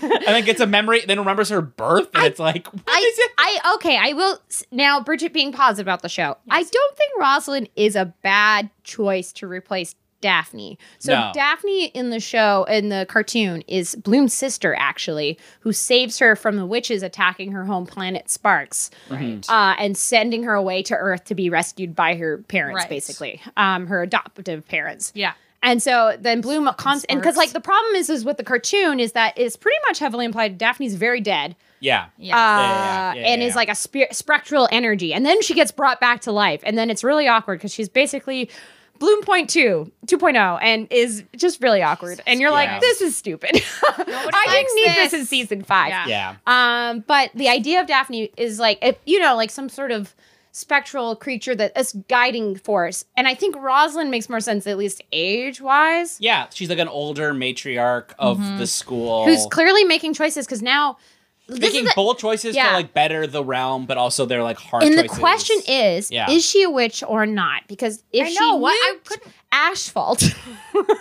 Speaker 2: and then gets a memory, then remembers her birth, and it's like, what is
Speaker 1: I,
Speaker 2: it?
Speaker 1: I okay. I will s- now. Bridget being positive about the show. I don't think Rosalind is a bad choice to replace Daphne. So
Speaker 2: No.
Speaker 1: Daphne in the show in the cartoon is Bloom's sister actually, who saves her from the witches attacking her home planet Sparks,
Speaker 2: Right.
Speaker 1: uh, and sending her away to Earth to be rescued by her parents,
Speaker 3: Right.
Speaker 1: basically, um, her adoptive parents.
Speaker 3: yeah.
Speaker 1: And so then Bloom const- and because
Speaker 3: Sparks.
Speaker 1: like the problem is is with the cartoon is that it's pretty much heavily implied Daphne's very dead
Speaker 2: Yeah.
Speaker 3: Yeah.
Speaker 2: yeah,
Speaker 1: uh,
Speaker 2: yeah,
Speaker 1: and
Speaker 2: yeah.
Speaker 1: is like a spir- spectral energy. And then she gets brought back to life. And then it's really awkward because she's basically Bloom Point 2, 2.0, and is just really awkward. And you're
Speaker 2: Yeah.
Speaker 1: like, this is stupid. I
Speaker 3: likes
Speaker 1: didn't need this.
Speaker 3: this.
Speaker 1: in season five.
Speaker 3: Yeah.
Speaker 2: Yeah.
Speaker 1: Um, but the idea of Daphne is like, if, you know, like some sort of spectral creature that is guiding force. And I think Rosalind makes more sense, at least age wise.
Speaker 2: Yeah. She's like an older matriarch of the school.
Speaker 1: Mm-hmm. Who's clearly making choices because now this is
Speaker 2: making
Speaker 1: the,
Speaker 2: bold choices
Speaker 1: Yeah.
Speaker 2: to like better the realm, but also they're like hard
Speaker 1: and
Speaker 2: choices.
Speaker 1: the question is
Speaker 2: Yeah.
Speaker 1: is she a witch or not because if
Speaker 3: I
Speaker 1: she
Speaker 3: know, what- I
Speaker 1: nuked
Speaker 3: couldn't-
Speaker 1: asphalt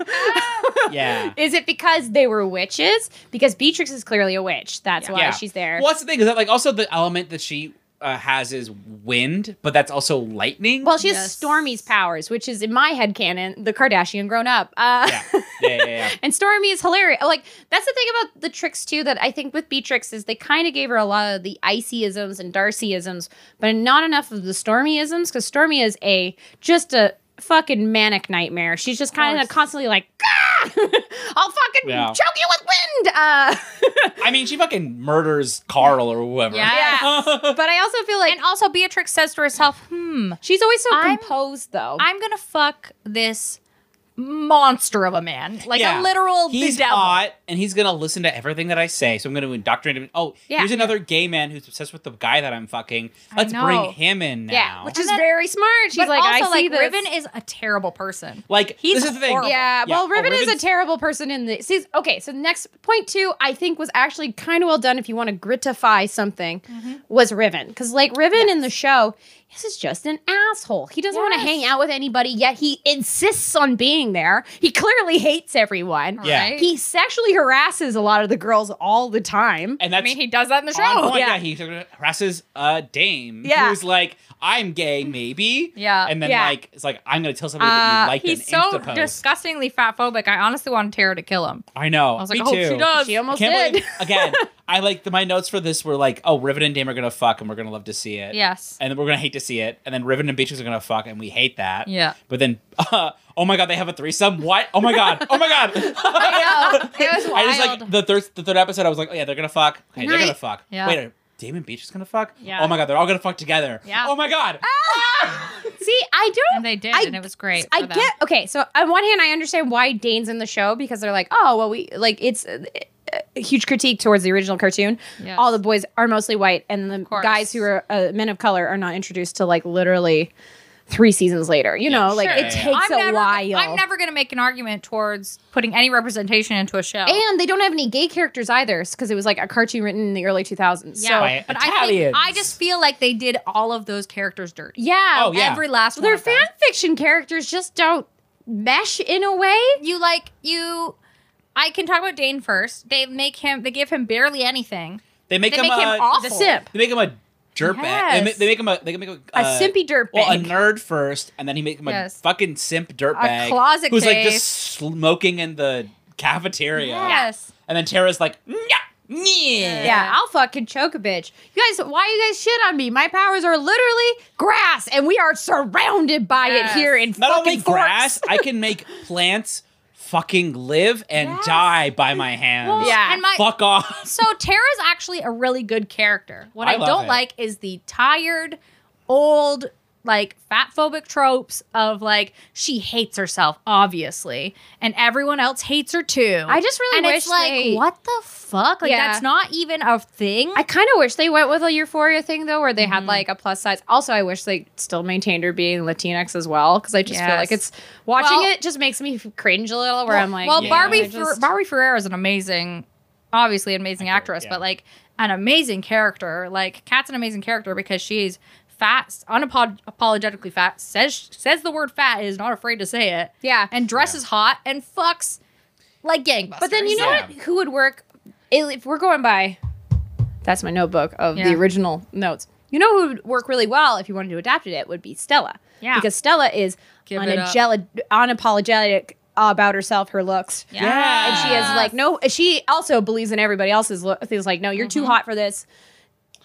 Speaker 2: Yeah.
Speaker 1: is it because they were witches because beatrix is clearly a witch that's why
Speaker 2: Yeah.
Speaker 1: she's there
Speaker 2: Well, that's the thing is that like also the element that she uh, has is wind, but that's also lightning.
Speaker 1: well she has
Speaker 3: Yes.
Speaker 1: stormy's powers which is in my head canon the kardashian grown up uh
Speaker 2: yeah. Yeah, yeah, yeah.
Speaker 1: And Stormy is hilarious. Like that's the thing about the tricks too that I think with Beatrix is they kind of gave her a lot of the icyisms and Darcyisms, but not enough of the Stormyisms because Stormy is a just a fucking manic nightmare. She's just kind of
Speaker 3: course.
Speaker 1: constantly like, "Gah! I'll fucking
Speaker 2: Yeah.
Speaker 1: choke you with wind. Uh,
Speaker 2: I mean, she fucking murders Carl or whoever.
Speaker 1: Yeah. but I also feel like
Speaker 3: and also, Beatrix says to herself, "Hmm,
Speaker 1: she's always so
Speaker 3: I'm-
Speaker 1: composed though.
Speaker 3: I'm gonna fuck this monster of a man, like
Speaker 2: Yeah.
Speaker 3: a literal
Speaker 2: He's
Speaker 3: the devil.
Speaker 2: hot, and he's gonna listen to everything that I say. So I'm gonna indoctrinate him. Oh,
Speaker 1: Yeah.
Speaker 2: here's another gay man who's obsessed with the guy that I'm fucking.
Speaker 3: I
Speaker 2: Let's
Speaker 3: know.
Speaker 2: bring him in now.
Speaker 1: Yeah, which
Speaker 3: And
Speaker 1: is
Speaker 3: then-
Speaker 1: very smart. She's
Speaker 3: but
Speaker 1: like,
Speaker 3: also,
Speaker 1: I see
Speaker 3: like
Speaker 1: this.
Speaker 3: Riven is a terrible person.
Speaker 2: like
Speaker 3: He's
Speaker 2: this is the thing.
Speaker 3: horrible.
Speaker 1: Yeah,
Speaker 2: Yeah.
Speaker 1: well,
Speaker 2: Oh,
Speaker 1: Riven is a
Speaker 2: Riven's-
Speaker 1: terrible person in the. See, okay, so next point two, I think was actually kind of well done. If you want to gritify something,
Speaker 2: Mm-hmm.
Speaker 1: was Riven because like Riven in the show, this is just an asshole. He doesn't want to
Speaker 3: Yes.
Speaker 1: hang out with anybody, yet he insists on being there. He clearly hates everyone.
Speaker 2: Yeah.
Speaker 3: right?
Speaker 1: He sexually harasses a lot of the girls all the time.
Speaker 2: And
Speaker 3: I
Speaker 2: that's
Speaker 3: mean, he does that in the
Speaker 2: on
Speaker 3: show.
Speaker 2: point.
Speaker 1: yeah.
Speaker 2: Yeah. he sort of harasses a dame
Speaker 1: Yeah.
Speaker 2: who's like, "I'm gay, maybe."
Speaker 3: Yeah.
Speaker 2: and then
Speaker 1: Yeah.
Speaker 2: like it's like, "I'm gonna tell somebody that
Speaker 1: Uh,
Speaker 2: you like
Speaker 3: He's
Speaker 2: an
Speaker 3: so
Speaker 2: Insta post."
Speaker 3: disgustingly fat phobic. I honestly wanted Tara to kill him.
Speaker 2: I know.
Speaker 3: I was
Speaker 2: me
Speaker 3: like, I hope
Speaker 2: too.
Speaker 3: she does.
Speaker 1: She almost
Speaker 2: Can't
Speaker 1: did.
Speaker 2: believe, again, I like the, my notes for this were like, "Oh, Riven and Dame are gonna fuck, and we're gonna love to see it."
Speaker 3: Yes.
Speaker 2: and then we're gonna hate to see it, and then Riven and Beatrice are gonna fuck, and we hate that.
Speaker 3: Yeah.
Speaker 2: But then, uh, oh my god, they have a threesome. What? Oh my god. Oh my god.
Speaker 3: I know. It was wild.
Speaker 2: I just like the third the third episode. I was like, oh yeah, they're gonna fuck. Okay, they're gonna
Speaker 1: Night.
Speaker 2: fuck.
Speaker 3: Yeah.
Speaker 2: Wait, are Damon Beach is gonna fuck.
Speaker 3: Yeah.
Speaker 2: Oh my god, they're all gonna fuck together.
Speaker 3: Yeah. Ah,
Speaker 2: Oh my god.
Speaker 1: see, I don't.
Speaker 3: and they did,
Speaker 1: I-
Speaker 3: and it was great.
Speaker 1: I
Speaker 3: for them.
Speaker 1: get okay. So on one hand, I understand why Dane's in the show because they're like, oh well, we like it's uh, a huge critique towards the original cartoon.
Speaker 3: Yes.
Speaker 1: All the boys are mostly white, and the
Speaker 3: course.
Speaker 1: guys who are uh, men of color are not introduced to like literally three seasons later. You know, like
Speaker 2: sure.
Speaker 1: it
Speaker 2: Yeah, yeah, yeah.
Speaker 1: takes a
Speaker 3: never,
Speaker 1: while.
Speaker 3: I'm never going to make an argument towards putting any representation into a show.
Speaker 1: and they don't have any gay characters either because it was like a cartoon written in the early 2000s.
Speaker 3: yeah,
Speaker 1: So
Speaker 2: By
Speaker 3: but I, think,
Speaker 2: Italians.
Speaker 3: I just feel like they did all of those characters dirty.
Speaker 1: yeah,
Speaker 2: Oh, yeah.
Speaker 3: Every last one.
Speaker 1: their
Speaker 3: of them.
Speaker 1: fan fiction characters just don't mesh in a way.
Speaker 3: you like you. I can talk about Dane first. They make him. They give him barely anything.
Speaker 2: They make,
Speaker 3: They
Speaker 2: him,
Speaker 3: make him
Speaker 2: a,
Speaker 3: awful.
Speaker 1: The simp.
Speaker 2: They make him a dirtbag. They, ma-
Speaker 3: Yes.
Speaker 2: they make him a. They make him a,
Speaker 1: A
Speaker 2: uh,
Speaker 1: simpy dirtbag.
Speaker 2: Well, a nerd first, and then he make him a
Speaker 3: Yes.
Speaker 2: fucking simp dirtbag.
Speaker 3: closet
Speaker 2: who's like
Speaker 3: cave.
Speaker 2: just smoking in the cafeteria.
Speaker 3: Yes.
Speaker 2: And then Tara's like, yeah, yeah.
Speaker 1: Yeah, I'll fucking choke a bitch. You guys, why you guys shit on me? My powers are literally grass, and we are surrounded by
Speaker 3: Yes.
Speaker 1: it here in
Speaker 2: Not
Speaker 1: fucking
Speaker 2: only
Speaker 1: Forks.
Speaker 2: grass, I can make plants fucking live and
Speaker 3: Yes.
Speaker 2: die by my hands.
Speaker 3: Well,
Speaker 1: Yeah.
Speaker 3: And my
Speaker 2: Fuck off.
Speaker 3: So Tara's actually a really good character. What I,
Speaker 2: I love
Speaker 3: don't
Speaker 2: it.
Speaker 3: like is the tired, old, like fat phobic tropes of like she hates herself, obviously, and everyone else hates her too.
Speaker 1: I just really
Speaker 3: and
Speaker 1: wish
Speaker 3: it's like,
Speaker 1: they-
Speaker 3: what the fuck? Like
Speaker 1: Yeah.
Speaker 3: that's not even a thing.
Speaker 1: I kind of wish they went with a Euphoria thing though, where they had like a plus size. Also, I wish they still maintained her being Latinx as well, because I just feel
Speaker 3: Yes.
Speaker 1: like it's watching
Speaker 3: Well-
Speaker 1: it just makes me f- cringe a little. Where
Speaker 3: well,
Speaker 1: I'm like,
Speaker 3: well,
Speaker 1: yeah,
Speaker 3: Barbie
Speaker 1: I
Speaker 3: Fer-
Speaker 1: just-
Speaker 3: Barbie Ferrer is an amazing, obviously an amazing
Speaker 2: Actor,
Speaker 3: actress,
Speaker 2: yeah.
Speaker 3: but like an amazing character. Like Kat's an amazing character because she's fat, unapologetically fat. says says the word fat and is not afraid to say it,
Speaker 1: yeah.
Speaker 3: and dresses hot and fucks like gangbusters.
Speaker 1: But then you know
Speaker 2: Yeah.
Speaker 1: what? Who would work? If we're going by, that's my notebook of
Speaker 3: Yeah.
Speaker 1: the original notes. You know who would work really well if you wanted to adapt it? Would be Stella.
Speaker 3: Yeah.
Speaker 1: Because Stella is
Speaker 3: Give it up.
Speaker 1: unagel- unapologetic about herself, her looks.
Speaker 3: Yeah.
Speaker 1: And she is like no. She also believes in everybody else's look. Is like no, you're too
Speaker 3: Mm-hmm.
Speaker 1: hot for this.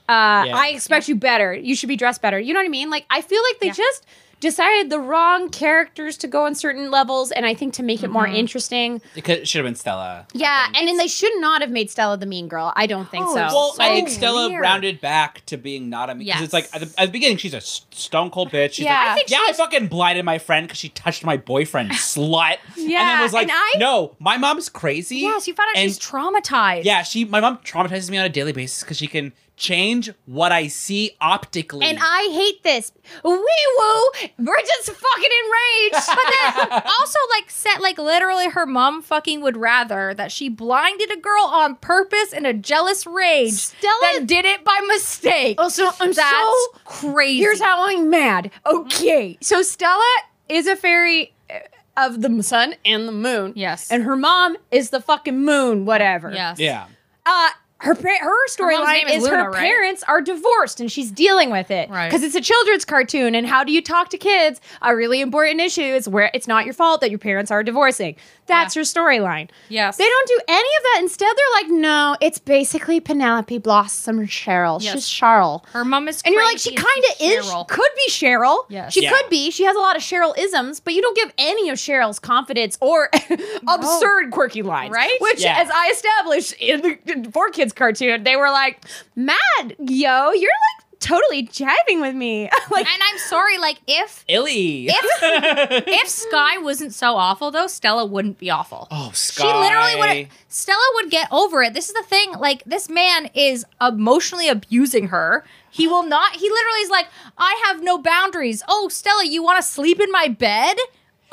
Speaker 1: Uh,
Speaker 2: Yeah.
Speaker 1: I expect you better. You should be dressed better. You know what I mean? Like I feel like they
Speaker 3: Yeah.
Speaker 1: just decided the wrong characters to go on certain levels, and I think to make it more
Speaker 3: Mm-hmm.
Speaker 1: interesting.
Speaker 2: It could, should have been Stella.
Speaker 1: Yeah, and then they should not have made Stella the mean girl. I don't think
Speaker 3: Oh,
Speaker 1: so.
Speaker 2: Well, I
Speaker 1: Like,
Speaker 2: think Stella
Speaker 3: weird.
Speaker 2: rounded back to being not a because
Speaker 3: Yes.
Speaker 2: it's like at the, at the beginning she's a s- stone cold bitch. She's
Speaker 1: Yeah.
Speaker 2: like,
Speaker 1: I think
Speaker 2: yeah, I fucking blinded my friend because she touched my boyfriend, slut. and
Speaker 1: Yeah,
Speaker 2: then was like,
Speaker 1: and I-
Speaker 2: no, my mom's crazy.
Speaker 3: yes, you found out
Speaker 2: And-
Speaker 3: she's traumatized.
Speaker 2: Yeah, she. My mom traumatizes me on a daily basis because she can change what I see optically.
Speaker 1: and I hate this. Wee woo! Bridget's fucking enraged. But then
Speaker 3: also like set like literally her mom fucking would rather that she blinded a girl on purpose in a jealous rage
Speaker 1: Stella-
Speaker 3: than did it by mistake.
Speaker 1: also, I'm
Speaker 3: That's
Speaker 1: so
Speaker 3: crazy. Mm-hmm.
Speaker 1: Here's how I'm mad. Okay. So Stella is a fairy uh, of the sun and the moon.
Speaker 3: Yes.
Speaker 1: And her mom is the fucking moon, whatever.
Speaker 3: yes.
Speaker 2: yeah,
Speaker 1: Uh, her pa- her
Speaker 3: name
Speaker 1: storyline
Speaker 3: is
Speaker 1: is,
Speaker 3: Luna,
Speaker 1: her
Speaker 3: right?
Speaker 1: parents are divorced and she's dealing with it
Speaker 3: Right.
Speaker 1: because it's a children's cartoon and how do you talk to kids? A really important issue is where it's not your fault that your parents are divorcing. That's
Speaker 3: Yeah.
Speaker 1: your storyline.
Speaker 3: Yes.
Speaker 1: They don't do any of that. Instead, they're like, no, it's basically Penelope Blossom and Cheryl.
Speaker 3: Yes.
Speaker 1: She's Charl.
Speaker 3: Her mom is
Speaker 1: And you're like, she
Speaker 3: crazy.
Speaker 1: kind of is.
Speaker 3: Cheryl.
Speaker 1: Could be Cheryl.
Speaker 3: Yes.
Speaker 1: She
Speaker 2: Yeah.
Speaker 1: could be. She has a lot of Cheryl isms, but you don't give any of Cheryl's confidence or absurd quirky lines.
Speaker 3: Right?
Speaker 1: Which,
Speaker 2: Yeah.
Speaker 1: as I established in the Four Kids cartoon, they were like, Mad, yo, you're like
Speaker 4: totally jiving with me. like,
Speaker 3: And I'm sorry, like if
Speaker 2: Illy.
Speaker 3: if Sky wasn't so awful though, Stella wouldn't be awful.
Speaker 2: oh, Sky.
Speaker 3: She literally would. Stella would get over it. This is the thing. Like this man is emotionally abusing her. He will not. He literally is like, I have no boundaries. Oh, Stella, you want to sleep in my bed?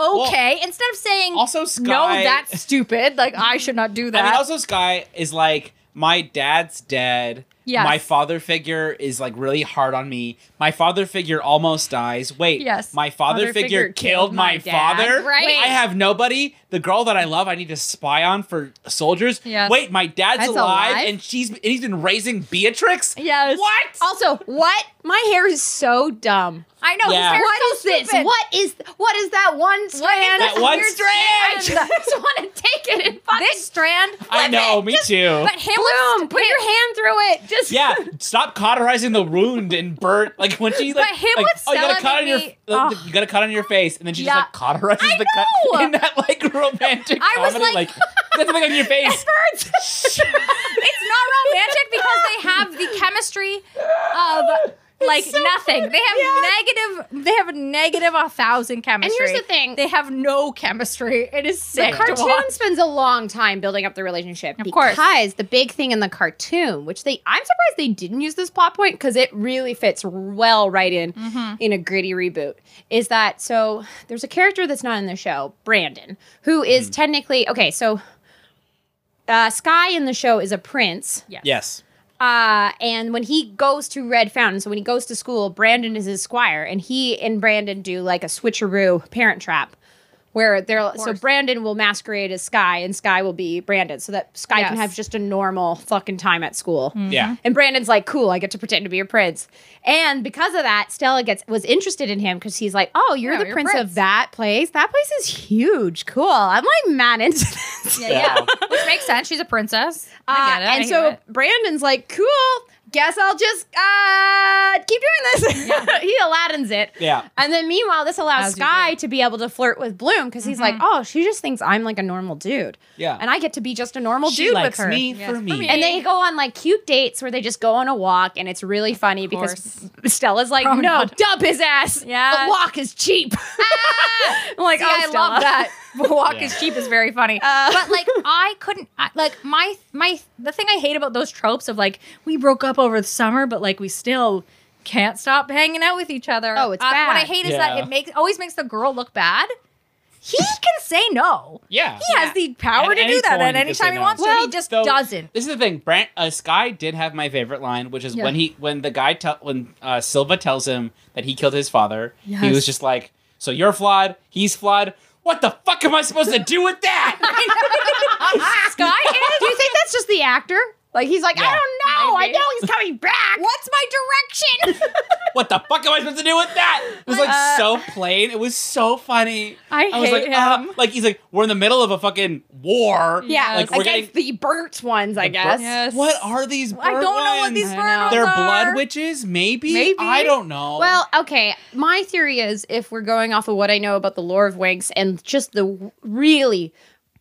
Speaker 3: Okay. Instead of saying,
Speaker 2: Also, Sky.
Speaker 3: no, that's stupid. Like I should not do that.
Speaker 2: I mean, also Sky is like my dad's dead.
Speaker 3: Yes.
Speaker 2: My father figure is like really hard on me. My father figure almost dies. Wait.
Speaker 3: Yes.
Speaker 2: My father,
Speaker 1: Father
Speaker 2: figure,
Speaker 1: figure
Speaker 2: killed
Speaker 1: killed
Speaker 2: my,
Speaker 1: my dad.
Speaker 2: father.
Speaker 3: Right.
Speaker 2: I have nobody. The girl that I love, I need to spy on for soldiers.
Speaker 3: Yes.
Speaker 2: Wait, my dad's
Speaker 3: That's
Speaker 2: alive,
Speaker 3: alive?
Speaker 2: and she's and he's been raising Beatrix.
Speaker 3: yes.
Speaker 2: What?
Speaker 1: Also, what? My hair is so dumb.
Speaker 3: I know. his
Speaker 2: Yeah.
Speaker 3: hair's
Speaker 1: What
Speaker 3: so
Speaker 1: is this?
Speaker 3: stupid.
Speaker 1: What is what is that one strand?
Speaker 2: that one
Speaker 1: Weird
Speaker 2: strand?
Speaker 1: I just want to take it and fucking
Speaker 3: This strand.
Speaker 2: I know. me too.
Speaker 3: But him
Speaker 1: bloom.
Speaker 3: was.
Speaker 1: Put your hand through it. Just
Speaker 2: yeah, stop cauterizing the wound and burn. Like when she like,
Speaker 3: But him
Speaker 2: like,
Speaker 3: with
Speaker 2: oh, you got
Speaker 3: Stella
Speaker 2: a cut on
Speaker 3: made
Speaker 2: your
Speaker 3: me-
Speaker 2: uh,
Speaker 3: Ugh.
Speaker 2: you got a cut on your face, and then she
Speaker 3: Yeah.
Speaker 2: just like cauterizes the
Speaker 3: know!
Speaker 2: cut in that like romantic
Speaker 3: I was
Speaker 2: comedy.
Speaker 3: like-
Speaker 2: Like, that's the thing on your face.
Speaker 3: it's not romantic because they have the chemistry of like nothing. They have negative. They have a negative a thousand
Speaker 1: And
Speaker 3: chemistry.
Speaker 1: here's the thing.
Speaker 3: They have no chemistry. It is
Speaker 1: the
Speaker 3: sick. to
Speaker 1: cartoon
Speaker 3: watch.
Speaker 1: spends a long time building up the relationship
Speaker 3: Of course.
Speaker 1: because the big thing in the cartoon, which they I'm surprised they didn't use this plot point because it really fits well right in
Speaker 3: Mm-hmm.
Speaker 1: in a gritty reboot, is that so there's a character that's not in the show, Brandon, who is
Speaker 3: Mm-hmm.
Speaker 1: technically okay, so uh, Sky in the show is a prince.
Speaker 2: Yes.
Speaker 1: Uh, and when he goes to Red Fountain, so when he goes to school, Brandon is his squire, and he and Brandon do like a switcheroo parent trap where they're so
Speaker 3: course.
Speaker 1: Brandon will masquerade as Sky and Sky will be Brandon so that Sky can
Speaker 3: Yes.
Speaker 1: have just a normal fucking time at school.
Speaker 2: Yeah.
Speaker 1: And Brandon's like, cool, I get to pretend to be a prince. And because of that, Stella gets was interested in him because he's like, oh, you're
Speaker 3: Yeah,
Speaker 1: the
Speaker 3: you're
Speaker 1: prince,
Speaker 3: prince.
Speaker 1: of that place. That place is huge. Cool. I'm like mad into this.
Speaker 2: Yeah.
Speaker 3: Which makes sense. She's a princess.
Speaker 1: Uh,
Speaker 3: I get it. I
Speaker 1: and
Speaker 3: hear
Speaker 1: so
Speaker 3: it.
Speaker 1: Brandon's like, cool, guess I'll just uh, keep doing this. he Aladdin's it.
Speaker 2: Yeah.
Speaker 1: And then meanwhile, this allows
Speaker 3: As you Mm-hmm.
Speaker 1: Sky to be able to flirt with Bloom because he's like, oh, she just thinks I'm like a normal dude.
Speaker 2: Yeah.
Speaker 1: And I get to be just a normal
Speaker 2: she
Speaker 1: dude
Speaker 2: likes
Speaker 1: with her.
Speaker 2: me
Speaker 3: Yes,
Speaker 2: for
Speaker 3: for
Speaker 2: me.
Speaker 3: me.
Speaker 1: And they go on like cute dates where they just go on a walk, and it's really funny because Stella's like,
Speaker 3: Promenade.
Speaker 1: "No, dump his ass.
Speaker 3: Oh, Yeah. Ah!
Speaker 1: the walk is cheap." I'm like,
Speaker 3: See,
Speaker 1: oh,
Speaker 3: I
Speaker 1: Stella."
Speaker 3: love that. Walk
Speaker 2: Yeah.
Speaker 3: is cheap is very funny. but like I couldn't I, like my my the thing I hate about those tropes of like we broke up over the summer but like we still can't stop hanging out with each other.
Speaker 1: Oh, it's
Speaker 3: Uh, What I
Speaker 1: bad.
Speaker 3: hate is
Speaker 2: Yeah.
Speaker 3: that it makes always makes the girl look bad. He can say no.
Speaker 2: yeah.
Speaker 3: He has the power
Speaker 2: At
Speaker 3: to
Speaker 2: any
Speaker 3: do that
Speaker 2: point
Speaker 3: at
Speaker 2: he
Speaker 3: any
Speaker 2: can say
Speaker 3: time he
Speaker 2: no.
Speaker 3: wants to.
Speaker 2: Well,
Speaker 3: He just
Speaker 2: though,
Speaker 3: doesn't.
Speaker 2: This is the thing. Brand, uh, Sky did have my favorite line, which is
Speaker 3: Yeah.
Speaker 2: when he when the guy tell when uh, Silva tells him that he killed his father. He
Speaker 3: Yes.
Speaker 2: was just like, "So you're flawed. He's flawed. What the fuck am I supposed to do with that?"
Speaker 1: Sky is? Ah, Do you think that's just the actor? Like he's like,
Speaker 2: Yeah.
Speaker 1: I don't know.
Speaker 3: Maybe.
Speaker 1: I know he's coming back.
Speaker 3: What's my direction?
Speaker 2: what the fuck am I supposed to do with that? It was like
Speaker 3: Uh,
Speaker 2: so plain. It was so funny.
Speaker 3: I
Speaker 2: was
Speaker 3: hate
Speaker 2: like, uh,
Speaker 3: him.
Speaker 2: like he's like, we're in the middle of a fucking war.
Speaker 1: Yeah,
Speaker 2: like
Speaker 3: Yes.
Speaker 2: we're
Speaker 1: against
Speaker 2: getting.
Speaker 1: the burnt ones, I
Speaker 2: the
Speaker 1: guess.
Speaker 2: bur-
Speaker 3: Yes.
Speaker 2: What are these? Burnt
Speaker 3: I don't know what these
Speaker 2: ones?
Speaker 1: I
Speaker 3: burn
Speaker 1: know.
Speaker 2: They're
Speaker 3: are.
Speaker 2: blood witches, maybe.
Speaker 3: Maybe.
Speaker 2: I don't know.
Speaker 1: Well, okay. My theory is if we're going off of what I know about the lore of Winx and just the w- really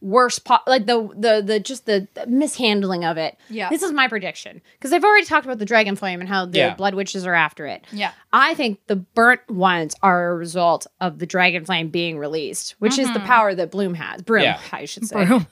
Speaker 1: worst po- like the the the just the, the mishandling of it.
Speaker 3: Yeah.
Speaker 1: This is my prediction because I've already talked about the dragon flame and how the
Speaker 2: Yeah.
Speaker 1: blood witches are after it.
Speaker 3: Yeah.
Speaker 1: I think the burnt ones are a result of the dragon flame being released, which is the power that Bloom has. Broom,
Speaker 2: Yeah.
Speaker 1: I should say.
Speaker 2: Broom,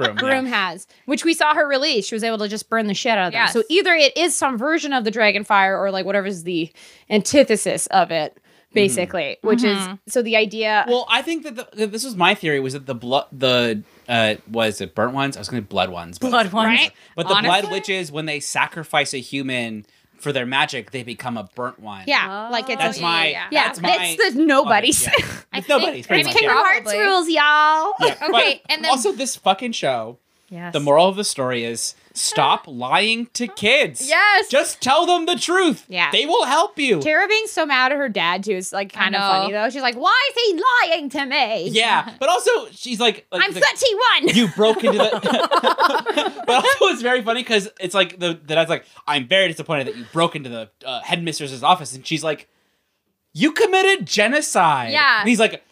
Speaker 2: yeah.
Speaker 1: Broom has, which we saw her release. She was able to just burn the shit out of them.
Speaker 3: Yes.
Speaker 1: So either it is some version of the dragon fire or like whatever's the antithesis of it,
Speaker 3: Mm-hmm.
Speaker 1: basically, which is so the idea.
Speaker 2: Well, I think that the, this was my theory was that the blood the uh was it burnt ones? I was going to blood ones. But
Speaker 3: Blood ones. Right?
Speaker 2: But the blood
Speaker 3: Honestly?
Speaker 2: witches when they sacrifice a human for their magic, they become a burnt one.
Speaker 3: oh.
Speaker 1: yeah, like it's
Speaker 2: That's
Speaker 1: a,
Speaker 2: my
Speaker 3: yeah,
Speaker 1: yeah,
Speaker 2: that's my
Speaker 1: it's the nobodies.
Speaker 2: Okay, yeah.
Speaker 3: I
Speaker 2: It's nobody's
Speaker 3: think-
Speaker 2: pretty
Speaker 3: I
Speaker 2: much.
Speaker 3: think
Speaker 2: yeah.
Speaker 1: Kingdom Hearts
Speaker 3: Probably.
Speaker 1: rules, y'all.
Speaker 2: Yeah, but
Speaker 3: Okay, and then-
Speaker 2: also this fucking show.
Speaker 3: Yes.
Speaker 2: The moral of the story is stop lying to kids.
Speaker 3: Yes.
Speaker 2: Just tell them the truth.
Speaker 1: Yeah.
Speaker 2: They will help you.
Speaker 1: Tara being so mad at her dad too is like kind of
Speaker 3: know.
Speaker 1: funny though. She's like, "Why is he lying to me?
Speaker 2: yeah. But also she's like, like
Speaker 1: I'm
Speaker 2: the-
Speaker 1: 31."
Speaker 2: you broke into the. but also, it's very funny because it's like the, the dad's like, I'm very disappointed that you broke into the uh, headmistress's office, and she's like, you committed genocide.
Speaker 3: Yeah.
Speaker 2: and he's like.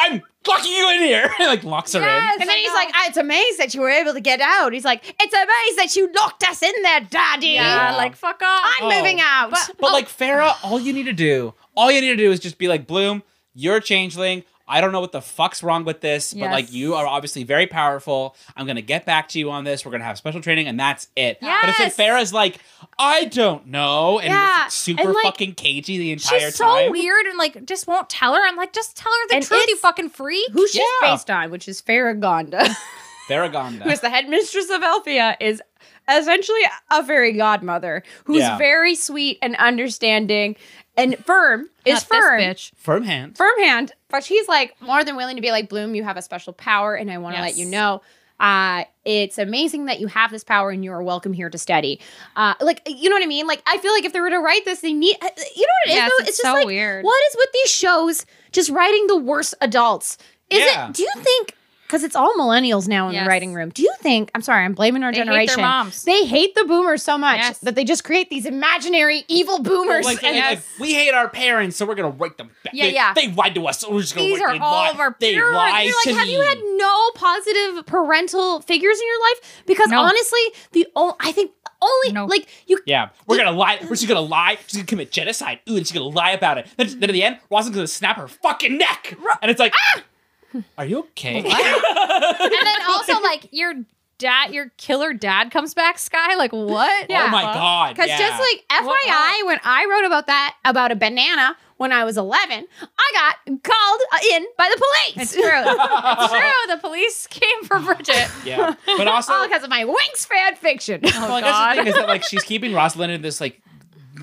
Speaker 2: I'm locking you in here. And like locks her in.
Speaker 3: Yes.
Speaker 1: And then
Speaker 3: I
Speaker 1: he's
Speaker 3: know.
Speaker 1: like, "It's amazed that you were able to get out." He's like, "It's amazed that you locked us in there, Daddy."
Speaker 3: yeah,
Speaker 2: Yeah.
Speaker 3: like fuck off.
Speaker 1: I'm
Speaker 2: Oh.
Speaker 1: moving out.
Speaker 2: But like Farah, all you need to do, all you need to do is just be like, Bloom, you're a changeling. I don't know what the fuck's wrong with this, but like
Speaker 3: Yes.
Speaker 2: you are obviously very powerful. I'm gonna get back to you on this. We're gonna have special training, and that's it. But if
Speaker 3: Yes.
Speaker 2: Farah's like, I don't know, and
Speaker 1: Yeah,
Speaker 2: it's super
Speaker 1: and, like,
Speaker 2: fucking cagey the entire
Speaker 3: She's
Speaker 2: time.
Speaker 3: so weird and like just won't tell her. I'm like, just tell her the
Speaker 1: And
Speaker 3: truth, you
Speaker 1: it's-
Speaker 3: fucking freak.
Speaker 1: who she's
Speaker 2: Yeah.
Speaker 1: based on, which is Faragonda,
Speaker 2: Farragonda.
Speaker 1: who is the headmistress of Elfia, is essentially a fairy godmother who's
Speaker 2: Yeah.
Speaker 1: very sweet and understanding and firm. Is
Speaker 3: Not this
Speaker 1: firm.
Speaker 3: bitch.
Speaker 2: Firm hand.
Speaker 1: firm hand, but she's like more than willing to be like, Bloom, you have a special power, and I want to let
Speaker 3: Yes.
Speaker 1: you know. Uh, it's amazing that you have this power and you are welcome here to study. Uh, like, you know what I mean? Like, I feel like if they were to write this, they need, uh, you know what it is?
Speaker 3: Yes,
Speaker 1: though?
Speaker 3: it's
Speaker 1: just
Speaker 3: so
Speaker 1: like,
Speaker 3: weird.
Speaker 1: what is with these shows just writing the worst adults? Is
Speaker 2: Yeah.
Speaker 1: it, do you think, because it's all millennials now in
Speaker 3: Yes.
Speaker 1: the writing room, do you think, I'm sorry, I'm blaming our
Speaker 3: They hate their
Speaker 1: generation.
Speaker 3: moms.
Speaker 1: They hate the boomers so much
Speaker 3: Yes.
Speaker 1: that they just create these imaginary evil boomers.
Speaker 2: Like,
Speaker 1: and
Speaker 2: like, we hate our parents, so we're gonna write them back.
Speaker 1: Yeah,
Speaker 2: they,
Speaker 1: yeah.
Speaker 2: They lied to us, so we're just gonna.
Speaker 3: These
Speaker 2: write-
Speaker 3: are
Speaker 2: they
Speaker 3: all
Speaker 2: li-
Speaker 3: of our
Speaker 2: They
Speaker 3: parents.
Speaker 2: lied
Speaker 1: You're like,
Speaker 2: to
Speaker 1: have
Speaker 2: me.
Speaker 1: you had no positive parental figures in your life? Because
Speaker 3: No.
Speaker 1: honestly, the only I think only
Speaker 3: No.
Speaker 1: like you.
Speaker 2: Yeah, we're gonna lie. We're just gonna lie. She's gonna commit genocide. Ooh, and she's gonna lie about it. Then, then at the end, Rosalind's gonna snap her fucking neck, and it's like,
Speaker 3: ah!
Speaker 2: are you okay?
Speaker 3: and then also like your dad, your killer dad comes back, Sky. Like what?
Speaker 2: Oh my god!
Speaker 1: Because
Speaker 2: yeah.
Speaker 1: just like FYI,
Speaker 3: What- what?
Speaker 1: when I wrote about that about a banana when I was 11, I got called uh, in by the
Speaker 3: It's
Speaker 1: police.
Speaker 3: true. it's true. The police came for Bridget.
Speaker 2: yeah, but also,
Speaker 3: Oh,
Speaker 1: All because of my Winx fan fiction.
Speaker 2: well, I guess the thing is that like she's keeping Rosalind in this like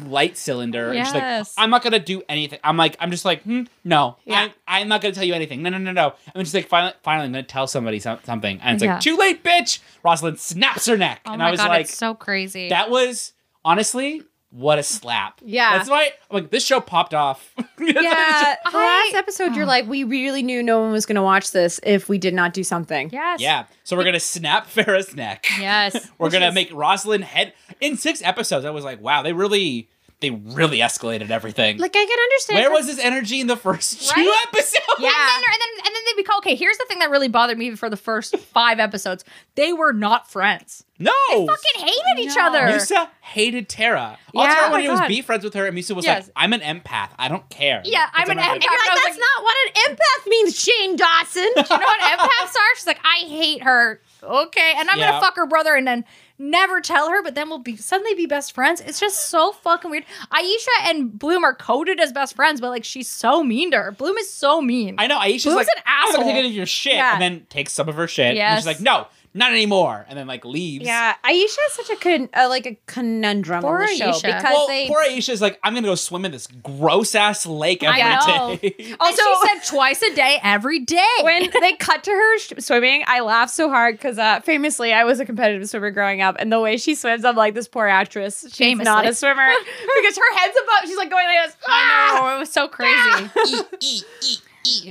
Speaker 2: light cylinder, and she's like,
Speaker 3: Yes.
Speaker 2: I'm not gonna do anything. I'm like, I'm just like, hmm, no,
Speaker 1: Yeah.
Speaker 2: I'm, I'm not gonna tell you anything. No, no, no, no. And then she's like, finally, finally, I'm gonna tell somebody so- something, and it's
Speaker 3: Yeah.
Speaker 2: like, too late, bitch. Rosalind snaps her neck,
Speaker 3: Oh
Speaker 2: and
Speaker 3: my
Speaker 2: I was
Speaker 3: god,
Speaker 2: like,
Speaker 3: it's so crazy.
Speaker 2: That was honestly what a slap.
Speaker 1: Yeah.
Speaker 2: That's why like this show popped off.
Speaker 1: yeah, the
Speaker 3: I-
Speaker 1: last episode, you're like, we really knew no one was going to watch this if we did not do something.
Speaker 3: yes.
Speaker 2: yeah. So we're gonna snap Farrah's neck.
Speaker 3: Yes.
Speaker 2: We're gonna
Speaker 3: Which is-
Speaker 2: make Rosalind head in six episodes. I was like, wow, they really they really escalated everything.
Speaker 1: Like I can understand.
Speaker 2: Where
Speaker 1: from-
Speaker 2: was this energy in the first two
Speaker 3: Right?
Speaker 2: episodes?
Speaker 3: Yeah. And then, and then and then they become okay. Here's the thing that really bothered me for the first five episodes. They were not friends.
Speaker 2: No.
Speaker 3: Fucking hated each
Speaker 1: No.
Speaker 3: other.
Speaker 2: Misa hated Tara. All
Speaker 1: Yeah.
Speaker 2: Tara
Speaker 1: Oh
Speaker 2: wanted
Speaker 3: my
Speaker 2: to do was
Speaker 3: God.
Speaker 2: be friends with her, and Misa was
Speaker 3: Yes.
Speaker 2: like, "I'm an empath. I don't care."
Speaker 3: Yeah,
Speaker 2: That's what
Speaker 3: I'm an
Speaker 2: I-
Speaker 3: empath.
Speaker 1: You're like,
Speaker 3: I was
Speaker 1: that's
Speaker 3: like-
Speaker 1: not what an empath means, Shane Dawson.
Speaker 3: you know what empaths are? She's like, I hate her. Okay, and I'm
Speaker 2: Yeah.
Speaker 3: gonna fuck her brother and then never tell her, but then we'll be suddenly be best friends. It's just so fucking weird. Aisha and Bloom are coded as best friends, but like she's so mean to her. Bloom is so mean.
Speaker 2: I know Aisha's
Speaker 3: Boo's
Speaker 2: like,
Speaker 3: an
Speaker 2: I'm not
Speaker 3: asshole."
Speaker 2: gonna take any of your shit,
Speaker 3: Yeah.
Speaker 2: and then takes some of her shit. And
Speaker 3: Yes.
Speaker 2: she's like, no, not anymore, and then like leaves.
Speaker 1: Yeah, Aisha is such a con- uh, like a conundrum
Speaker 3: Poor
Speaker 1: on the show
Speaker 3: Aisha.
Speaker 1: because
Speaker 2: Well,
Speaker 1: they
Speaker 2: poor Aisha's like, I'm gonna go swim in this gross ass lake every
Speaker 3: know.
Speaker 2: day.
Speaker 3: also,
Speaker 1: Also-
Speaker 3: she said twice a day, every day.
Speaker 1: when they cut to her sh- swimming, I laugh so hard because uh, famously I was a competitive swimmer growing up, and the way she swims, I'm like this poor actress. She's
Speaker 3: Famously.
Speaker 1: not a swimmer because her head's above. She's like going like this.
Speaker 3: I
Speaker 1: "Ah!"
Speaker 3: know it was so crazy. E,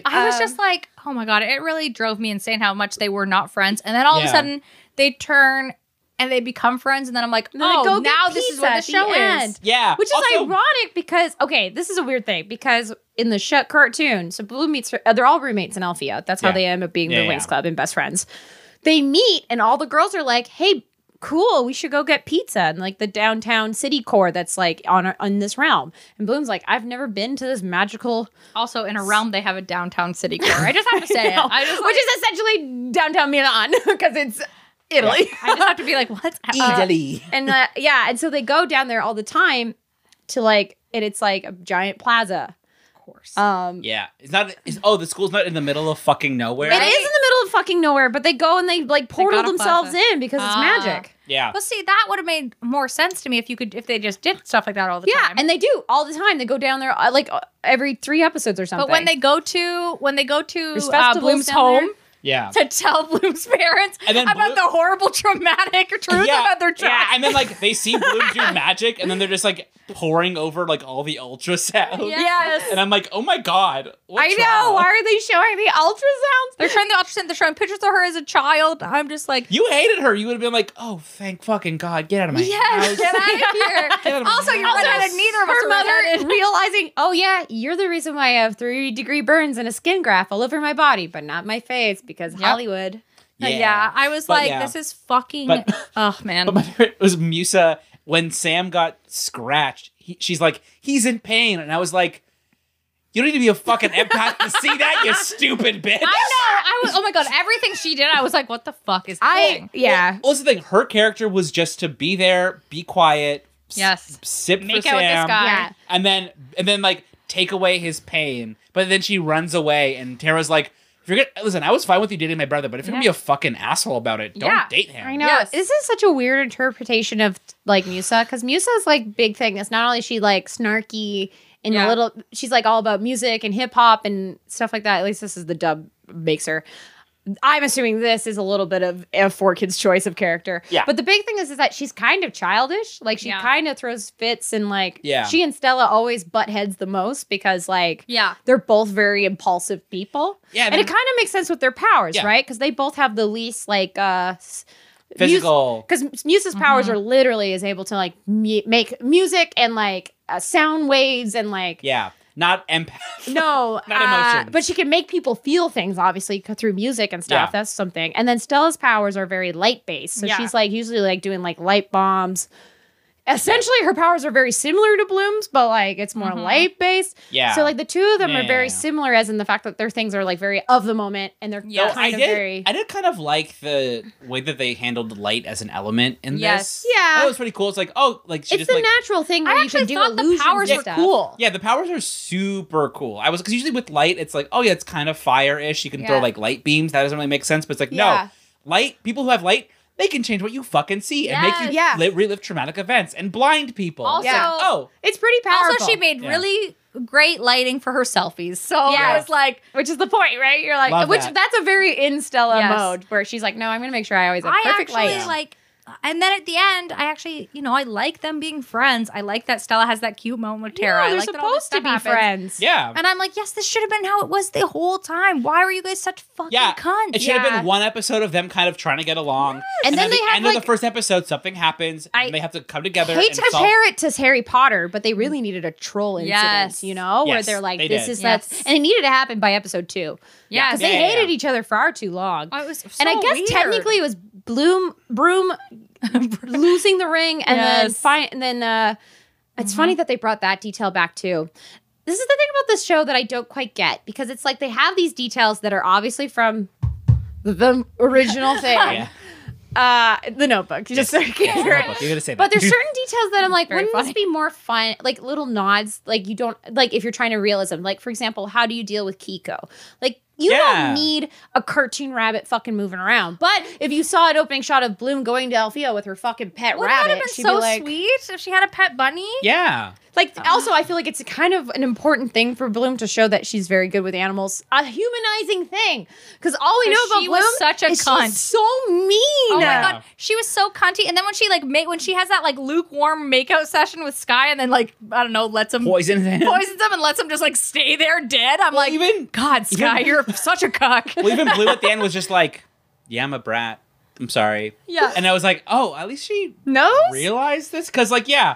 Speaker 3: I was
Speaker 1: Um,
Speaker 3: just like, oh my god, it really drove me insane how much they were not friends. And then all of a
Speaker 2: Yeah.
Speaker 3: sudden they turn and they become friends, and then I'm like,
Speaker 1: then they
Speaker 3: oh,
Speaker 1: go get
Speaker 3: now this is
Speaker 1: pizza
Speaker 3: where
Speaker 1: at
Speaker 3: the
Speaker 1: the
Speaker 3: show
Speaker 1: end.
Speaker 3: is.
Speaker 2: yeah,
Speaker 1: Which is
Speaker 2: also,
Speaker 1: ironic because okay, this is a weird thing because in the show cartoon, so Blue meets her, uh, they're all roommates in Alfia. That's how
Speaker 2: Yeah.
Speaker 1: they end up being
Speaker 2: Yeah,
Speaker 1: the
Speaker 2: yeah.
Speaker 1: Wings Club and best friends. They meet and all the girls are like, "Hey, cool, we should go get pizza in like the downtown city core that's like on our, on this realm." And Bloom's like, "I've never been to this magical,
Speaker 3: Also, in a realm, they have a downtown city core. I just have to say it.
Speaker 1: No,
Speaker 3: I just,
Speaker 1: which is essentially downtown Milan because it's Italy."
Speaker 3: I just have to be like, what's happening?
Speaker 1: and uh, yeah, and so they go down there all the time to like, and it's like a giant plaza.
Speaker 3: of course.
Speaker 1: Um,
Speaker 2: yeah, it's not. It's, oh, the school's not in the middle of fucking nowhere.
Speaker 1: It is in the middle of fucking nowhere, but they go and they like portal
Speaker 3: gotta
Speaker 1: themselves
Speaker 3: plaza.
Speaker 1: in because it's
Speaker 3: Ah.
Speaker 1: magic.
Speaker 2: Yeah,
Speaker 3: well, see, that would have made more sense to me if you could, if they just did stuff like that all the
Speaker 1: Yeah,
Speaker 3: time.
Speaker 1: and they do all the time. They go down there uh, like uh, every three episodes or something.
Speaker 3: but when they go to when they go to
Speaker 1: There's
Speaker 3: uh,
Speaker 1: festivals
Speaker 3: Bloom's
Speaker 1: down there.
Speaker 3: home,
Speaker 2: Yeah.
Speaker 3: to tell Bloom's parents
Speaker 2: And then
Speaker 3: about
Speaker 2: Bloom-
Speaker 3: the horrible traumatic truth
Speaker 2: yeah,
Speaker 3: about their child.
Speaker 2: yeah, and then like they see Bloom do magic, and then they're just like pouring over like all the ultrasounds.
Speaker 3: Yeah.
Speaker 4: Yes.
Speaker 2: And I'm like, oh my god, what
Speaker 1: I know.
Speaker 2: trauma?
Speaker 1: Why are they showing the ultrasounds?
Speaker 3: they're showing the ultrasound. They're showing pictures of her as a child. I'm just like,
Speaker 2: You hated her. You would have been like, oh, thank fucking god, get out of my
Speaker 3: yes,
Speaker 2: house.
Speaker 3: get out of
Speaker 2: Get out
Speaker 3: here.
Speaker 2: of my
Speaker 3: also, you're
Speaker 2: house.
Speaker 3: redheaded. Neither of us
Speaker 1: her
Speaker 3: are
Speaker 1: mother
Speaker 3: redheaded.
Speaker 1: realizing, oh yeah, you're the reason why I have three degree burns and a skin graft all over my body, but not my face because Hollywood.
Speaker 3: Yeah, I was
Speaker 2: But
Speaker 3: like,
Speaker 2: yeah.
Speaker 3: this is fucking.
Speaker 2: But-
Speaker 3: oh man.
Speaker 2: But my favorite was Musa when Sam got scratched. He, she's like, he's in pain, and I was like, you don't need to be a fucking empath to see that, you stupid bitch.
Speaker 3: I know. I was. Oh my god. Everything she did, I was like, what the fuck is
Speaker 4: I
Speaker 3: happening?
Speaker 4: yeah.
Speaker 2: Well, that's the thing. Her character was just to be there, be quiet, s-
Speaker 3: Yes.
Speaker 2: sip for
Speaker 3: Make
Speaker 2: Sam,
Speaker 3: out with this guy.
Speaker 1: Yeah.
Speaker 2: and then and then like take away his pain. But then she runs away, and Tara's like. If you're gonna, listen, I was fine with you dating my brother, but if you're gonna be
Speaker 3: Yeah.
Speaker 2: a fucking asshole about it, don't
Speaker 3: Yeah.
Speaker 2: date him.
Speaker 1: I know.
Speaker 3: Yes.
Speaker 1: This is such a weird interpretation of like Musa because Musa's like big thing. That's not only she like snarky and a
Speaker 3: Yeah.
Speaker 1: little, she's like all about music and hip hop and stuff like that. At least this is the dub makes her. I'm assuming this is a little bit of a four kids choice of character.
Speaker 2: Yeah.
Speaker 1: But the big thing is, is that she's kind of childish. Like she
Speaker 3: Yeah.
Speaker 1: kind of throws fits and like
Speaker 2: Yeah.
Speaker 1: she and Stella always butt heads the most because like
Speaker 3: Yeah.
Speaker 1: they're both very impulsive people.
Speaker 2: Yeah,
Speaker 1: and
Speaker 2: they're-
Speaker 1: it kind of makes sense with their powers,
Speaker 2: Yeah.
Speaker 1: right? Because they both have the least like uh s-
Speaker 2: Physical.
Speaker 1: because Muse's powers are literally is able to like mu- make music and like uh, sound waves and like
Speaker 2: Yeah, not empath.
Speaker 1: no
Speaker 2: Not
Speaker 1: uh,
Speaker 2: emotions.
Speaker 1: but she can make people feel things obviously c- through music and stuff
Speaker 2: Yeah.
Speaker 1: that's something and then stella's powers are very light based so
Speaker 3: Yeah.
Speaker 1: she's like usually like doing like light bombs essentially her powers are very similar to bloom's but like it's
Speaker 3: Mm-hmm.
Speaker 1: more light based
Speaker 2: Yeah.
Speaker 1: so like the two of them are very
Speaker 2: Yeah.
Speaker 1: similar as in the fact that their things are like very of the moment and they're
Speaker 3: Yeah. No,
Speaker 2: I
Speaker 1: kind of
Speaker 2: did.
Speaker 1: very
Speaker 2: I did kind of like the way that they handled light as an element in
Speaker 3: Yes.
Speaker 2: this.
Speaker 1: Yeah.
Speaker 2: that was pretty cool. It's like, oh, like she
Speaker 1: it's
Speaker 2: just
Speaker 1: the
Speaker 2: like,
Speaker 1: natural thing where
Speaker 3: I
Speaker 1: you can do
Speaker 3: actually thought the
Speaker 1: illusions
Speaker 3: powers
Speaker 1: and
Speaker 3: were
Speaker 1: stuff.
Speaker 3: cool.
Speaker 2: yeah, the powers are super cool. I was because usually with light, it's like, oh yeah, it's kind of fire-ish. You can throw
Speaker 3: Yeah.
Speaker 2: like light beams. That doesn't really make sense, but it's like,
Speaker 1: Yeah.
Speaker 2: no, light. People who have light, they can change what you fucking see and make you
Speaker 4: Yes.
Speaker 2: li- relive traumatic events. And blind people,
Speaker 3: Also,
Speaker 2: It's like, oh,
Speaker 1: It's pretty powerful.
Speaker 3: also she made
Speaker 2: Yeah.
Speaker 3: really great lighting for her selfies. So
Speaker 1: Yeah.
Speaker 3: I was like,
Speaker 1: which is the point, right? You're like,
Speaker 2: Love
Speaker 1: which
Speaker 2: that.
Speaker 1: that's a very in Stella
Speaker 3: Yes.
Speaker 1: mode where she's like, no, I'm gonna make sure I always have
Speaker 3: I
Speaker 1: perfect
Speaker 3: actually
Speaker 1: light.
Speaker 3: like. And then at the end, I actually, you know, I like them being friends. I like that Stella has that cute moment with Tara.
Speaker 1: Yeah,
Speaker 3: I
Speaker 1: they're
Speaker 3: like that all this
Speaker 1: supposed to
Speaker 3: stuff
Speaker 1: be
Speaker 3: happens.
Speaker 1: friends.
Speaker 2: yeah.
Speaker 3: And I'm like, yes, this should have been how it was the whole time. Why were you guys such fucking
Speaker 2: yeah,
Speaker 3: cunts?
Speaker 2: it should have
Speaker 1: Yeah.
Speaker 2: been one episode of them kind of trying to get along,
Speaker 1: And then
Speaker 2: at
Speaker 1: they
Speaker 2: the
Speaker 1: have,
Speaker 2: end of
Speaker 1: like-
Speaker 2: the first episode, something happens,
Speaker 3: I
Speaker 2: and they have to come together.
Speaker 1: Hate
Speaker 2: and
Speaker 1: to
Speaker 2: solve-
Speaker 1: compare it to Harry Potter, but they really needed a troll incident,
Speaker 3: Yes.
Speaker 1: you know, where
Speaker 2: Mm. Yes,
Speaker 1: they're like,
Speaker 2: they
Speaker 1: "This
Speaker 2: did.
Speaker 1: is
Speaker 3: Yes.
Speaker 1: that's," and it needed to happen by episode two
Speaker 3: Yeah,
Speaker 1: because
Speaker 2: Yeah,
Speaker 1: they
Speaker 2: yeah,
Speaker 1: hated
Speaker 2: yeah.
Speaker 1: each other far too long.
Speaker 3: I Oh, was so
Speaker 1: and I guess
Speaker 3: weird.
Speaker 1: technically it was Bloom Broom losing the ring and then
Speaker 3: Yes. Mm-hmm.
Speaker 1: fi- and then uh it's funny that they brought that detail back too. This is the thing about this show that I don't quite get because it's like they have these details that are obviously from the, the original thing.
Speaker 2: Yeah.
Speaker 1: Uh the notebook. Just so you
Speaker 2: Yeah,
Speaker 1: can-
Speaker 2: you're right, You're gonna say that.
Speaker 1: But there's certain details that I'm like,
Speaker 3: Very
Speaker 1: wouldn't
Speaker 3: funny.
Speaker 1: this be more fun? Like little nods, like you don't like if you're trying to realism. Like for example, how do you deal with Kiko? Like you
Speaker 2: Yeah.
Speaker 1: don't need a cartoon rabbit fucking moving around. But if you saw an opening shot of Bloom going to Alfia with her fucking pet
Speaker 3: Wouldn't that
Speaker 1: rabbit,
Speaker 3: have been
Speaker 1: she'd
Speaker 3: so
Speaker 1: be like,
Speaker 3: sweet Uh-huh. if she had a pet bunny?
Speaker 2: yeah.
Speaker 1: like also I feel like it's kind of an important thing for Bloom to show that she's very good with animals. A humanizing thing, because all we know
Speaker 3: But
Speaker 1: about
Speaker 3: she
Speaker 1: Bloom
Speaker 3: was such a
Speaker 1: is she's
Speaker 3: cunt.
Speaker 1: so mean.
Speaker 3: Oh
Speaker 2: Yeah.
Speaker 3: my god, she was so cunty. And then when she like make when she has that like lukewarm makeout session with Sky, and then like I don't know, lets him
Speaker 2: poison him.
Speaker 3: poisons him and lets him just like stay there dead. I'm like,
Speaker 2: even-
Speaker 3: God, Sky,
Speaker 2: even-
Speaker 3: you're such a cock.
Speaker 2: Well, even Blue at the end was just like, "Yeah, I'm a brat. I'm sorry."
Speaker 3: Yeah.
Speaker 2: And I was like, "Oh, at least she
Speaker 1: No,
Speaker 2: realized this," because like, yeah,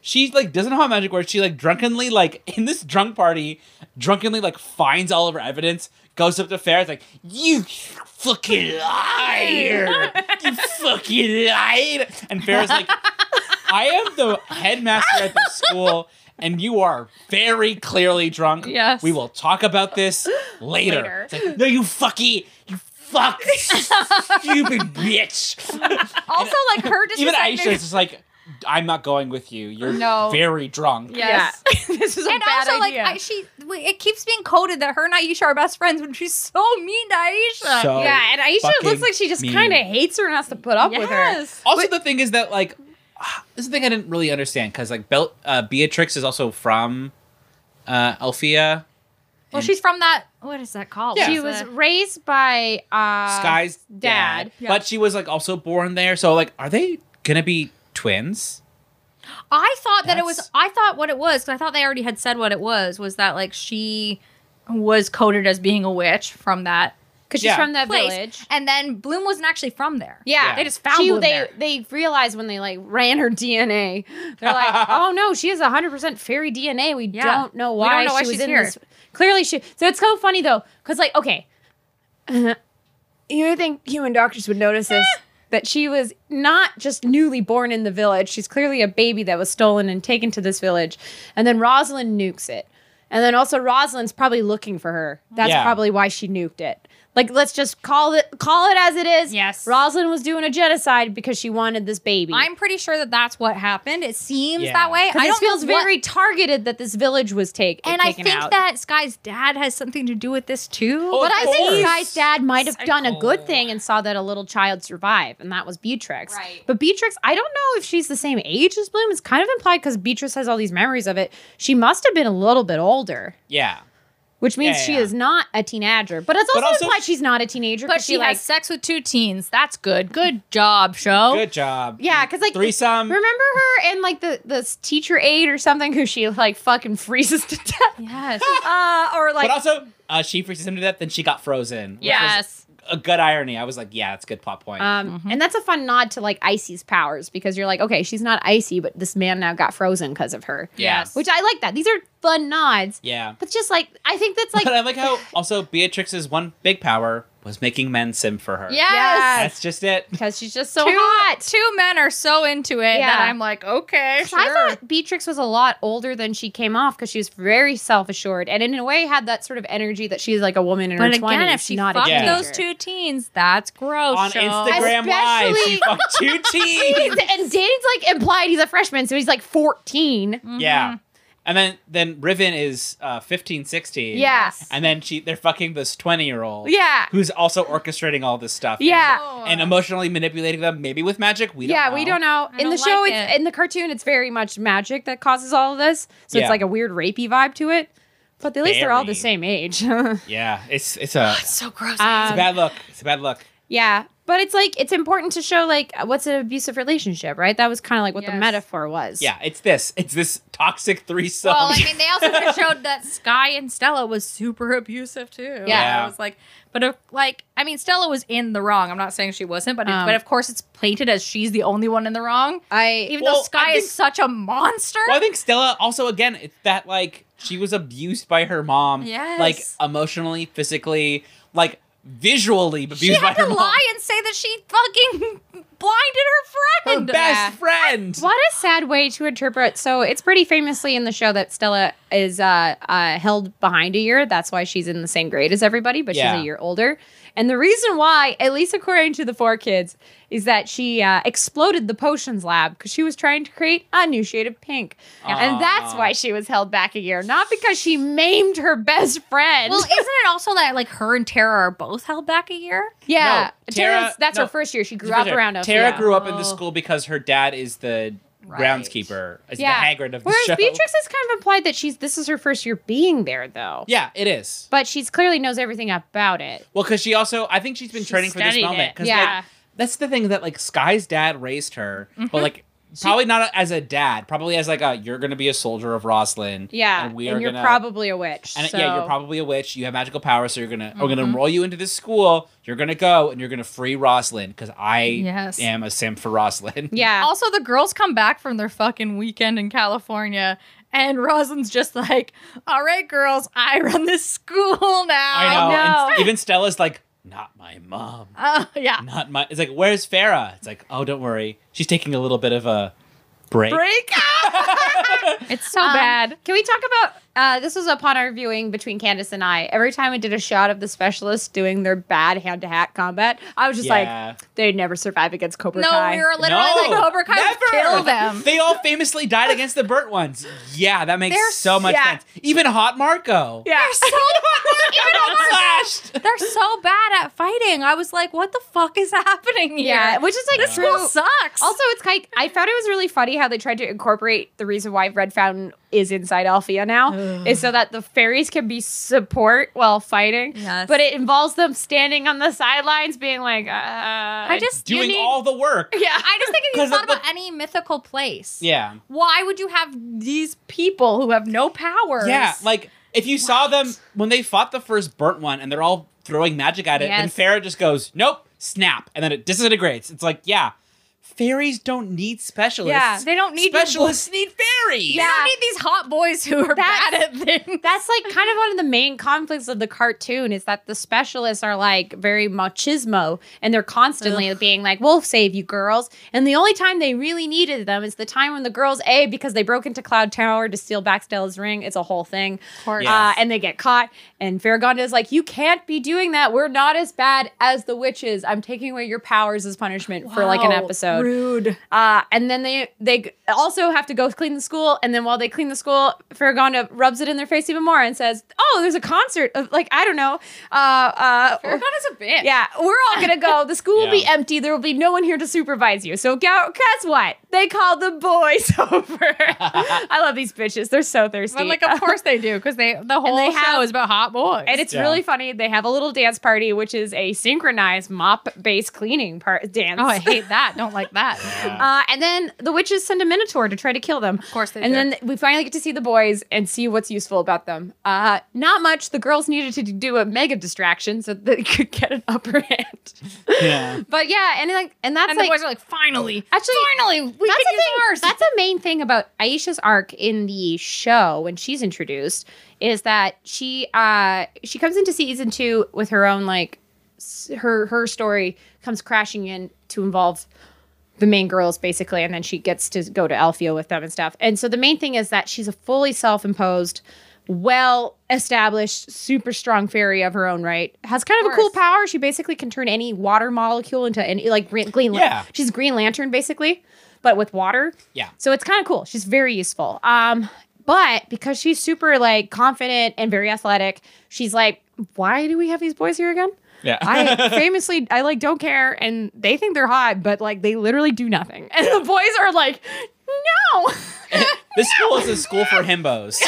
Speaker 2: she like doesn't know how magic works. She like drunkenly like in this drunk party, drunkenly like finds all of her evidence, goes up to Ferris like, "You fucking liar! You fucking lied!" And Ferris like, "I am the headmaster at the school." And you are very clearly drunk.
Speaker 3: Yes.
Speaker 2: We will talk about this later.
Speaker 3: Later.
Speaker 2: It's like, no, you fucky, you fuck, stupid bitch.
Speaker 3: Also, like her just
Speaker 2: Even
Speaker 3: deciding-
Speaker 2: Aisha is just like, I'm not going with you. You're
Speaker 3: No.
Speaker 2: very drunk.
Speaker 3: Yes.
Speaker 4: Yeah. this is a
Speaker 3: And
Speaker 4: bad
Speaker 3: also, like,
Speaker 4: idea.
Speaker 3: I, she, wait, it keeps being coded that her and Aisha are best friends, which she's so mean to Aisha.
Speaker 2: So
Speaker 1: yeah, and Aisha
Speaker 2: fucking
Speaker 1: looks like she just
Speaker 2: mean.
Speaker 1: kind of hates her and has to put up with her.
Speaker 3: Yes.
Speaker 2: Also, the thing is that like, ah, this is the thing I didn't really understand because like Bel- uh, Beatrix is also from uh, Elfia,
Speaker 3: Well,
Speaker 2: And
Speaker 3: she's from that. What is that called?
Speaker 2: Yeah.
Speaker 1: She
Speaker 3: It's
Speaker 1: was
Speaker 3: a-
Speaker 1: raised by uh,
Speaker 2: Sky's dad,
Speaker 1: dad.
Speaker 2: but she was like also born there. So like, are they gonna be twins?
Speaker 3: I thought that it was.
Speaker 2: That's-
Speaker 3: I thought what it was. 'cause I thought they already had said what it was. Was that like she was coded as being a witch from that
Speaker 1: because she's
Speaker 2: Yeah.
Speaker 1: from that
Speaker 3: place,
Speaker 1: village.
Speaker 3: and then Bloom wasn't actually from there.
Speaker 1: Yeah.
Speaker 2: Yeah.
Speaker 3: they just found
Speaker 1: She,
Speaker 3: Bloom
Speaker 1: they
Speaker 3: there.
Speaker 1: they realized when they like ran her DNA, they're like, oh no, she has hundred percent fairy DNA. We
Speaker 3: Yeah.
Speaker 1: don't know
Speaker 3: We don't
Speaker 1: why,
Speaker 3: know why
Speaker 1: she was
Speaker 3: she's
Speaker 1: in
Speaker 3: here."
Speaker 1: this. Clearly, she. So it's so funny though, because like, okay, you would think human doctors would notice this that she was not just newly born in the village. She's clearly a baby that was stolen and taken to this village, and then Rosalind nukes it, and then also Rosalind's probably looking for her. That's
Speaker 2: Yeah.
Speaker 1: probably why she nuked it. Like, let's just call it call it as it is.
Speaker 3: Yes.
Speaker 1: Rosalind was doing a genocide because she wanted this baby.
Speaker 3: I'm pretty sure that that's what happened. It seems
Speaker 2: Yeah.
Speaker 3: that way.
Speaker 1: 'Cause
Speaker 3: I
Speaker 1: it
Speaker 3: don't
Speaker 1: feels
Speaker 3: know what-
Speaker 1: very targeted that this village was take,
Speaker 3: and I
Speaker 1: taken
Speaker 3: think
Speaker 1: out.
Speaker 3: that Sky's dad has something to do with this too.
Speaker 2: Oh,
Speaker 1: But I think
Speaker 2: course.
Speaker 1: Sky's dad might have done a good
Speaker 2: Psycho.
Speaker 1: thing and saw that a little child survive, and that was Beatrix.
Speaker 3: Right.
Speaker 1: But Beatrix, I don't know if she's the same age as Bloom. It's kind of implied because Beatrix has all these memories of it. She must have been a little bit older,
Speaker 2: Yeah.
Speaker 1: which means
Speaker 2: Yeah,
Speaker 1: she
Speaker 2: yeah.
Speaker 1: is not a teenager. But it's
Speaker 2: But
Speaker 1: also,
Speaker 2: also
Speaker 1: implied
Speaker 2: sh-
Speaker 1: she's not a teenager.
Speaker 3: but
Speaker 1: 'cause
Speaker 3: she
Speaker 1: like,
Speaker 3: has sex with two teens. That's good. Good job, show.
Speaker 2: Good job.
Speaker 1: Yeah, because like
Speaker 2: Threesome.
Speaker 1: Remember her and like the this teacher aide or something who she like fucking freezes to death.
Speaker 3: Yes.
Speaker 1: Uh, or like
Speaker 2: but also, uh, she freezes him to death, then she got frozen. which was
Speaker 3: yes.
Speaker 2: a good irony. I was like, yeah, that's a good plot point.
Speaker 1: Um,
Speaker 3: Mm-hmm.
Speaker 1: And that's a fun nod to like Icy's powers because you're like, okay, she's not icy, but this man now got frozen because of her.
Speaker 2: yeah.
Speaker 1: Which I like that. These are fun nods.
Speaker 2: yeah.
Speaker 1: But just like, I think that's like,
Speaker 2: but I like how also Beatrix's one big power was making men sim for her.
Speaker 3: Yes.
Speaker 2: That's just it.
Speaker 1: because she's just so
Speaker 3: two,
Speaker 1: hot.
Speaker 3: two men are so into it
Speaker 1: Yeah.
Speaker 3: that I'm like, okay,
Speaker 1: 'Cause
Speaker 3: sure.
Speaker 1: I thought Beatrix was a lot older than she came off because she was very self assured and in a way had that sort of energy that she's like a woman in
Speaker 3: but
Speaker 1: her
Speaker 3: again,
Speaker 1: 20s.
Speaker 3: if she
Speaker 1: not
Speaker 3: fucked
Speaker 1: a
Speaker 2: Yeah.
Speaker 3: those two teens, that's gross.
Speaker 2: On
Speaker 3: Sho.
Speaker 2: Instagram Live, she
Speaker 1: Oh, Especially-
Speaker 2: fucked two teens.
Speaker 1: teenager. and Dane's like implied he's a freshman, so he's like
Speaker 3: Mm-hmm.
Speaker 1: 14.
Speaker 2: Yeah. And then then Riven is uh 15, 16.
Speaker 1: Yes.
Speaker 2: And then she they're fucking this 20-year-old.
Speaker 1: Yeah.
Speaker 2: Who's also orchestrating all this stuff.
Speaker 1: Yeah.
Speaker 3: Oh.
Speaker 2: And, and emotionally manipulating them, maybe with magic. We don't
Speaker 1: yeah,
Speaker 2: know.
Speaker 1: we don't know.
Speaker 3: I
Speaker 1: in the
Speaker 3: don't
Speaker 1: show,
Speaker 3: like
Speaker 1: it's
Speaker 3: it.
Speaker 1: in the cartoon, it's very much magic that causes all of this. So
Speaker 2: Yeah.
Speaker 1: it's like a weird rapey vibe to it. But at least they're all the
Speaker 2: Very.
Speaker 1: same age.
Speaker 2: Yeah. It's it's a
Speaker 3: It's so gross.
Speaker 2: it's a
Speaker 1: Um,
Speaker 2: bad look. It's a bad look.
Speaker 1: yeah, but it's like it's important to show like what's an abusive relationship, right? That was kind of like what the
Speaker 3: Yes.
Speaker 1: metaphor was.
Speaker 2: Yeah, it's this. It's this toxic threesome.
Speaker 3: well, I mean, they also showed that Sky and Stella was super abusive too.
Speaker 2: Yeah.
Speaker 3: I was like, but if, like, I mean, Stella was in the wrong. I'm not saying she wasn't, but it,
Speaker 1: Um,
Speaker 3: but of course, it's painted as she's the only one in the wrong,
Speaker 1: I
Speaker 3: even
Speaker 2: Well,
Speaker 3: though
Speaker 2: I
Speaker 3: Sky is
Speaker 2: think-
Speaker 3: such a monster.
Speaker 2: Well, I think Stella also again, it's that like she was abused by her mom.
Speaker 3: Yes.
Speaker 2: Like emotionally, physically, like visually abused
Speaker 3: she
Speaker 2: by
Speaker 3: had
Speaker 2: her
Speaker 3: to
Speaker 2: mom.
Speaker 3: lie and say that she fucking blinded her
Speaker 2: her
Speaker 3: friend.
Speaker 2: best friend.
Speaker 1: What a sad way to interpret. So it's pretty famously in the show that Stella is uh, uh, held behind a year. That's why she's in the same grade as everybody, but
Speaker 2: Yeah.
Speaker 1: she's a year older. And the reason why, at least according to the four kids, is that she uh, exploded the potions lab because she was trying to create a new shade of pink.
Speaker 2: Aw.
Speaker 1: And that's why she was held back a year, not because she maimed her best friend.
Speaker 3: Well, isn't it also that like her and Tara are both held back a year?
Speaker 1: yeah.
Speaker 2: no, Tara-
Speaker 1: Tara's, that's
Speaker 2: no.
Speaker 1: her first year. She grew up around us.
Speaker 2: Tara
Speaker 1: yeah.
Speaker 2: grew up in the
Speaker 3: Oh.
Speaker 2: school because her dad is the
Speaker 3: Right.
Speaker 2: groundskeeper, is
Speaker 1: Yeah.
Speaker 2: the Hagrid of the
Speaker 1: Whereas
Speaker 2: show.
Speaker 1: Beatrix is kind of implied that she's this is her first year being there, though.
Speaker 2: yeah, it is.
Speaker 1: but she's clearly knows everything about it.
Speaker 2: Well, because she also, I think she's been
Speaker 3: She
Speaker 2: training for this
Speaker 3: studied
Speaker 2: moment.
Speaker 3: it.
Speaker 2: 'cause,
Speaker 1: Yeah.
Speaker 2: like, that's the thing that like Sky's dad raised her, but like probably not as a dad, probably as like a you're gonna be a soldier of Roslyn.
Speaker 1: Yeah,
Speaker 2: and
Speaker 1: and,
Speaker 2: we are
Speaker 1: you're
Speaker 2: gonna.
Speaker 1: probably a witch.
Speaker 2: and
Speaker 1: so.
Speaker 2: yeah, you're probably a witch. You have magical powers, so you're gonna we're
Speaker 3: Mm-hmm.
Speaker 2: gonna enroll you into this school. You're gonna go and you're gonna free Roslyn because I
Speaker 3: Yes.
Speaker 2: am a sim for Roslyn.
Speaker 1: yeah.
Speaker 3: Also, the girls come back from their fucking weekend in California, and Rosalind's just like, "All right, girls, I run this school now."
Speaker 2: I know.
Speaker 1: know.
Speaker 2: And even Stella's like, not my mom.
Speaker 3: Uh, yeah.
Speaker 2: Not my. It's like, where's Farah? It's like, oh, don't worry. She's taking a little bit of a break.
Speaker 3: Break. it's so
Speaker 1: Um,
Speaker 3: bad.
Speaker 1: Can we talk about uh, this was upon our viewing between Candace and I. Every time we did a shot of the specialists doing their bad hand to hand combat, I was just
Speaker 2: Yeah.
Speaker 1: like, they never survive against Cobra
Speaker 3: No,
Speaker 1: Kai.
Speaker 3: we were literally like, "Cobra Kai,
Speaker 2: never.
Speaker 3: kill them."
Speaker 2: They all famously died against the burnt ones. Yeah, that makes
Speaker 3: They're
Speaker 2: so much
Speaker 1: yeah.
Speaker 2: sense. Even Hot Marco.
Speaker 1: yeah.
Speaker 3: They're so,
Speaker 2: Got slashed.
Speaker 3: they're so bad at fighting. I was like, "What the fuck is happening here?"
Speaker 1: Yeah, which is like
Speaker 3: this
Speaker 1: true.
Speaker 3: school sucks.
Speaker 1: Also, it's like I found it was really funny how they tried to incorporate
Speaker 4: incorporate the reason why Red Fountain is inside Alfia now is so that the fairies can be support while fighting.
Speaker 3: Yes.
Speaker 4: But it involves them standing on the sidelines, being like, uh, "I
Speaker 3: just- You
Speaker 2: doing
Speaker 3: need-
Speaker 2: all the work.
Speaker 4: yeah."
Speaker 3: I just think if you
Speaker 2: 'Cause
Speaker 3: thought
Speaker 2: of the-
Speaker 3: about any mythical place,
Speaker 2: Yeah.
Speaker 3: why would you have these people who have no powers?
Speaker 2: Yeah, like if you saw them when they fought the first burnt one and they're all throwing magic at it,
Speaker 3: Yes.
Speaker 2: then Farah just goes, "Nope, snap," and then it disintegrates. It's like, yeah, fairies don't need specialists.
Speaker 3: Yeah, they don't need your
Speaker 2: specialists. Need fairies.
Speaker 3: You don't need these hot boys who are
Speaker 1: That's-
Speaker 3: bad at things.
Speaker 1: That's like kind of one of the main conflicts of the cartoon is that the specialists are like very machismo and they're constantly being like, we'll save you girls. And the only time they really needed them is the time when the girls, A, because they broke into Cloud Tower to steal Baxdale's ring. It's a whole thing.
Speaker 3: course.
Speaker 1: Uh, and they get caught. And Faragonda is like, you can't be doing that. We're not as bad as the witches. I'm taking away your powers as punishment for like an
Speaker 3: Wow,
Speaker 1: episode.
Speaker 3: Rude.
Speaker 1: Uh, and then they they g- also have to go clean the school. And then while they clean the school, Ferragonda rubs it in their face even more and says, "Oh, there's a concert of like I don't know." Uh, uh,
Speaker 3: Farrakhan is a bitch.
Speaker 1: yeah, we're all gonna go. The school will be
Speaker 2: Yeah.
Speaker 1: empty. There will be no one here to supervise you. So gu- guess what? They called the boys over. I love these bitches. They're so thirsty.
Speaker 3: But like, of course they do, because they the whole
Speaker 1: they
Speaker 3: show
Speaker 1: have-
Speaker 3: is about hot boys.
Speaker 1: And it's
Speaker 2: Yeah.
Speaker 1: really funny. They have a little dance party, which is a synchronized mop-based cleaning part dance.
Speaker 3: oh, I hate that. Don't like that.
Speaker 1: Uh, and then the witches send a minotaur to try to kill them. Of
Speaker 3: course they
Speaker 1: And
Speaker 3: do.
Speaker 1: then we finally get to see the boys and see what's useful about them. Uh, not much. The girls needed to do a mega distraction so they could get an upper hand.
Speaker 2: yeah.
Speaker 1: But yeah, and like, and that's
Speaker 3: and
Speaker 1: like.
Speaker 3: the boys are like, finally,
Speaker 1: Actually,
Speaker 3: finally, we
Speaker 1: that's
Speaker 3: can
Speaker 1: the
Speaker 3: use
Speaker 1: thing.
Speaker 3: ours.
Speaker 1: That's a main thing about Aisha's arc in the show when she's introduced is that she uh she comes into season 2 with her own like s- her her story comes crashing in to involve the main girls basically and then she gets to go to Alfio with them and stuff. And so the main thing is that she's a fully self-imposed well established super strong fairy of her own right has kind of a
Speaker 3: Of
Speaker 1: cool
Speaker 3: course.
Speaker 1: power she basically can turn any water molecule into any like green, green
Speaker 2: Yeah.
Speaker 1: She's Green Lantern basically, but with water.
Speaker 2: Yeah.
Speaker 1: So it's kind of cool. She's very useful. Um, but because she's super like confident and very athletic, she's like, why do we have these boys here again?
Speaker 2: Yeah.
Speaker 1: I famously, I like don't care, and they think they're hot, but like they literally do nothing. And the boys are like, no.
Speaker 2: this school is a school for himbos.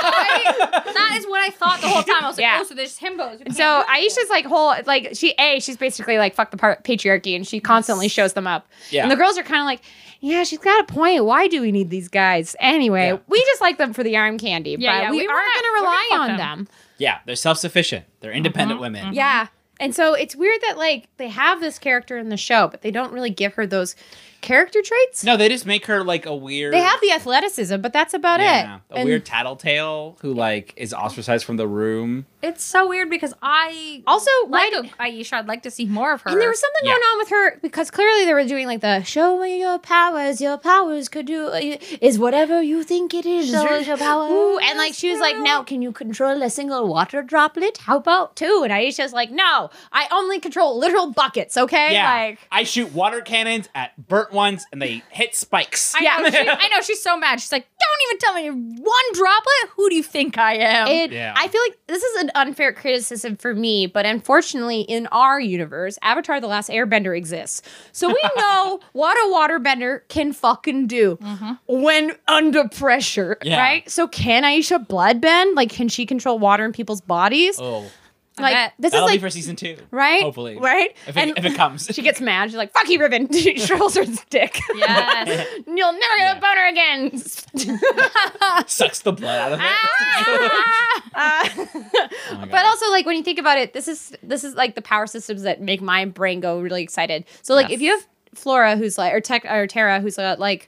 Speaker 3: I- that is what I thought the whole time. I was like,
Speaker 1: Yeah.
Speaker 3: oh, so there's himbos.
Speaker 1: So Aisha's like whole like she a she's basically like fuck the par- patriarchy and she constantly shows them up.
Speaker 2: Yeah.
Speaker 1: And the girls are kind of like, yeah, she's got a point. Why do we need these guys anyway?
Speaker 2: Yeah.
Speaker 1: we just like them for the arm candy,
Speaker 3: Yeah,
Speaker 1: but
Speaker 3: yeah,
Speaker 1: we,
Speaker 3: we were
Speaker 1: aren't
Speaker 3: not-
Speaker 1: going
Speaker 3: we're
Speaker 1: to
Speaker 3: gonna
Speaker 1: rely
Speaker 3: fuck
Speaker 1: on
Speaker 3: them.
Speaker 1: them.
Speaker 2: yeah, they're self-sufficient. They're independent women.
Speaker 1: Yeah. And so it's weird that like they have this character in the show, but they don't really give her those character traits.
Speaker 2: No, they just make her like a weird.
Speaker 1: They have the athleticism, but that's about
Speaker 2: yeah,
Speaker 1: it.
Speaker 2: a weird tattletale who like is ostracized from the room.
Speaker 3: It's so weird because I
Speaker 1: Also,
Speaker 3: like
Speaker 1: why-
Speaker 3: a- Aisha. I'd like to see more of her.
Speaker 1: And there was something
Speaker 2: Yeah.
Speaker 1: going on with her because clearly they were doing like the show me your powers, your powers could do is whatever you think it is.
Speaker 4: Show us your powers.
Speaker 1: Ooh, and like she was like, now can you control a single water droplet? How about two? And Aisha's like, no, I only control literal buckets. Okay,
Speaker 2: yeah,
Speaker 1: like
Speaker 2: I shoot water cannons at burnt ones and they hit spikes.
Speaker 3: I know, she, I know she's so mad. She's like, "Don't even tell me you're one droplet. Who do you think I am?"
Speaker 1: It,
Speaker 2: Yeah.
Speaker 1: I feel like this is an unfair criticism for me, but unfortunately, in our universe, Avatar: The Last Airbender exists, so we know what a waterbender can fucking do
Speaker 3: Mm-hmm.
Speaker 1: when under pressure,
Speaker 2: Yeah.
Speaker 1: right? So, can Aisha bloodbend? Like, can she control water in people's bodies?
Speaker 2: oh,
Speaker 3: I
Speaker 1: like,
Speaker 3: bet.
Speaker 1: this
Speaker 2: that'll
Speaker 1: is
Speaker 2: be
Speaker 1: like
Speaker 2: for season two,
Speaker 1: right,
Speaker 2: Hopefully,
Speaker 1: right?
Speaker 2: If it, if it comes,
Speaker 1: she gets mad. She's like, "Fuck you, Ribbon!" she shrivels her dick.
Speaker 3: yes.
Speaker 1: You'll never get a boner again.
Speaker 2: sucks the blood out of it. Oh my
Speaker 1: Ah! But
Speaker 2: God.
Speaker 1: also, like when you think about it, this is this is like the power systems that make my brain go really excited. So like if you have Flora, who's like or Tech or Terra, who's uh, like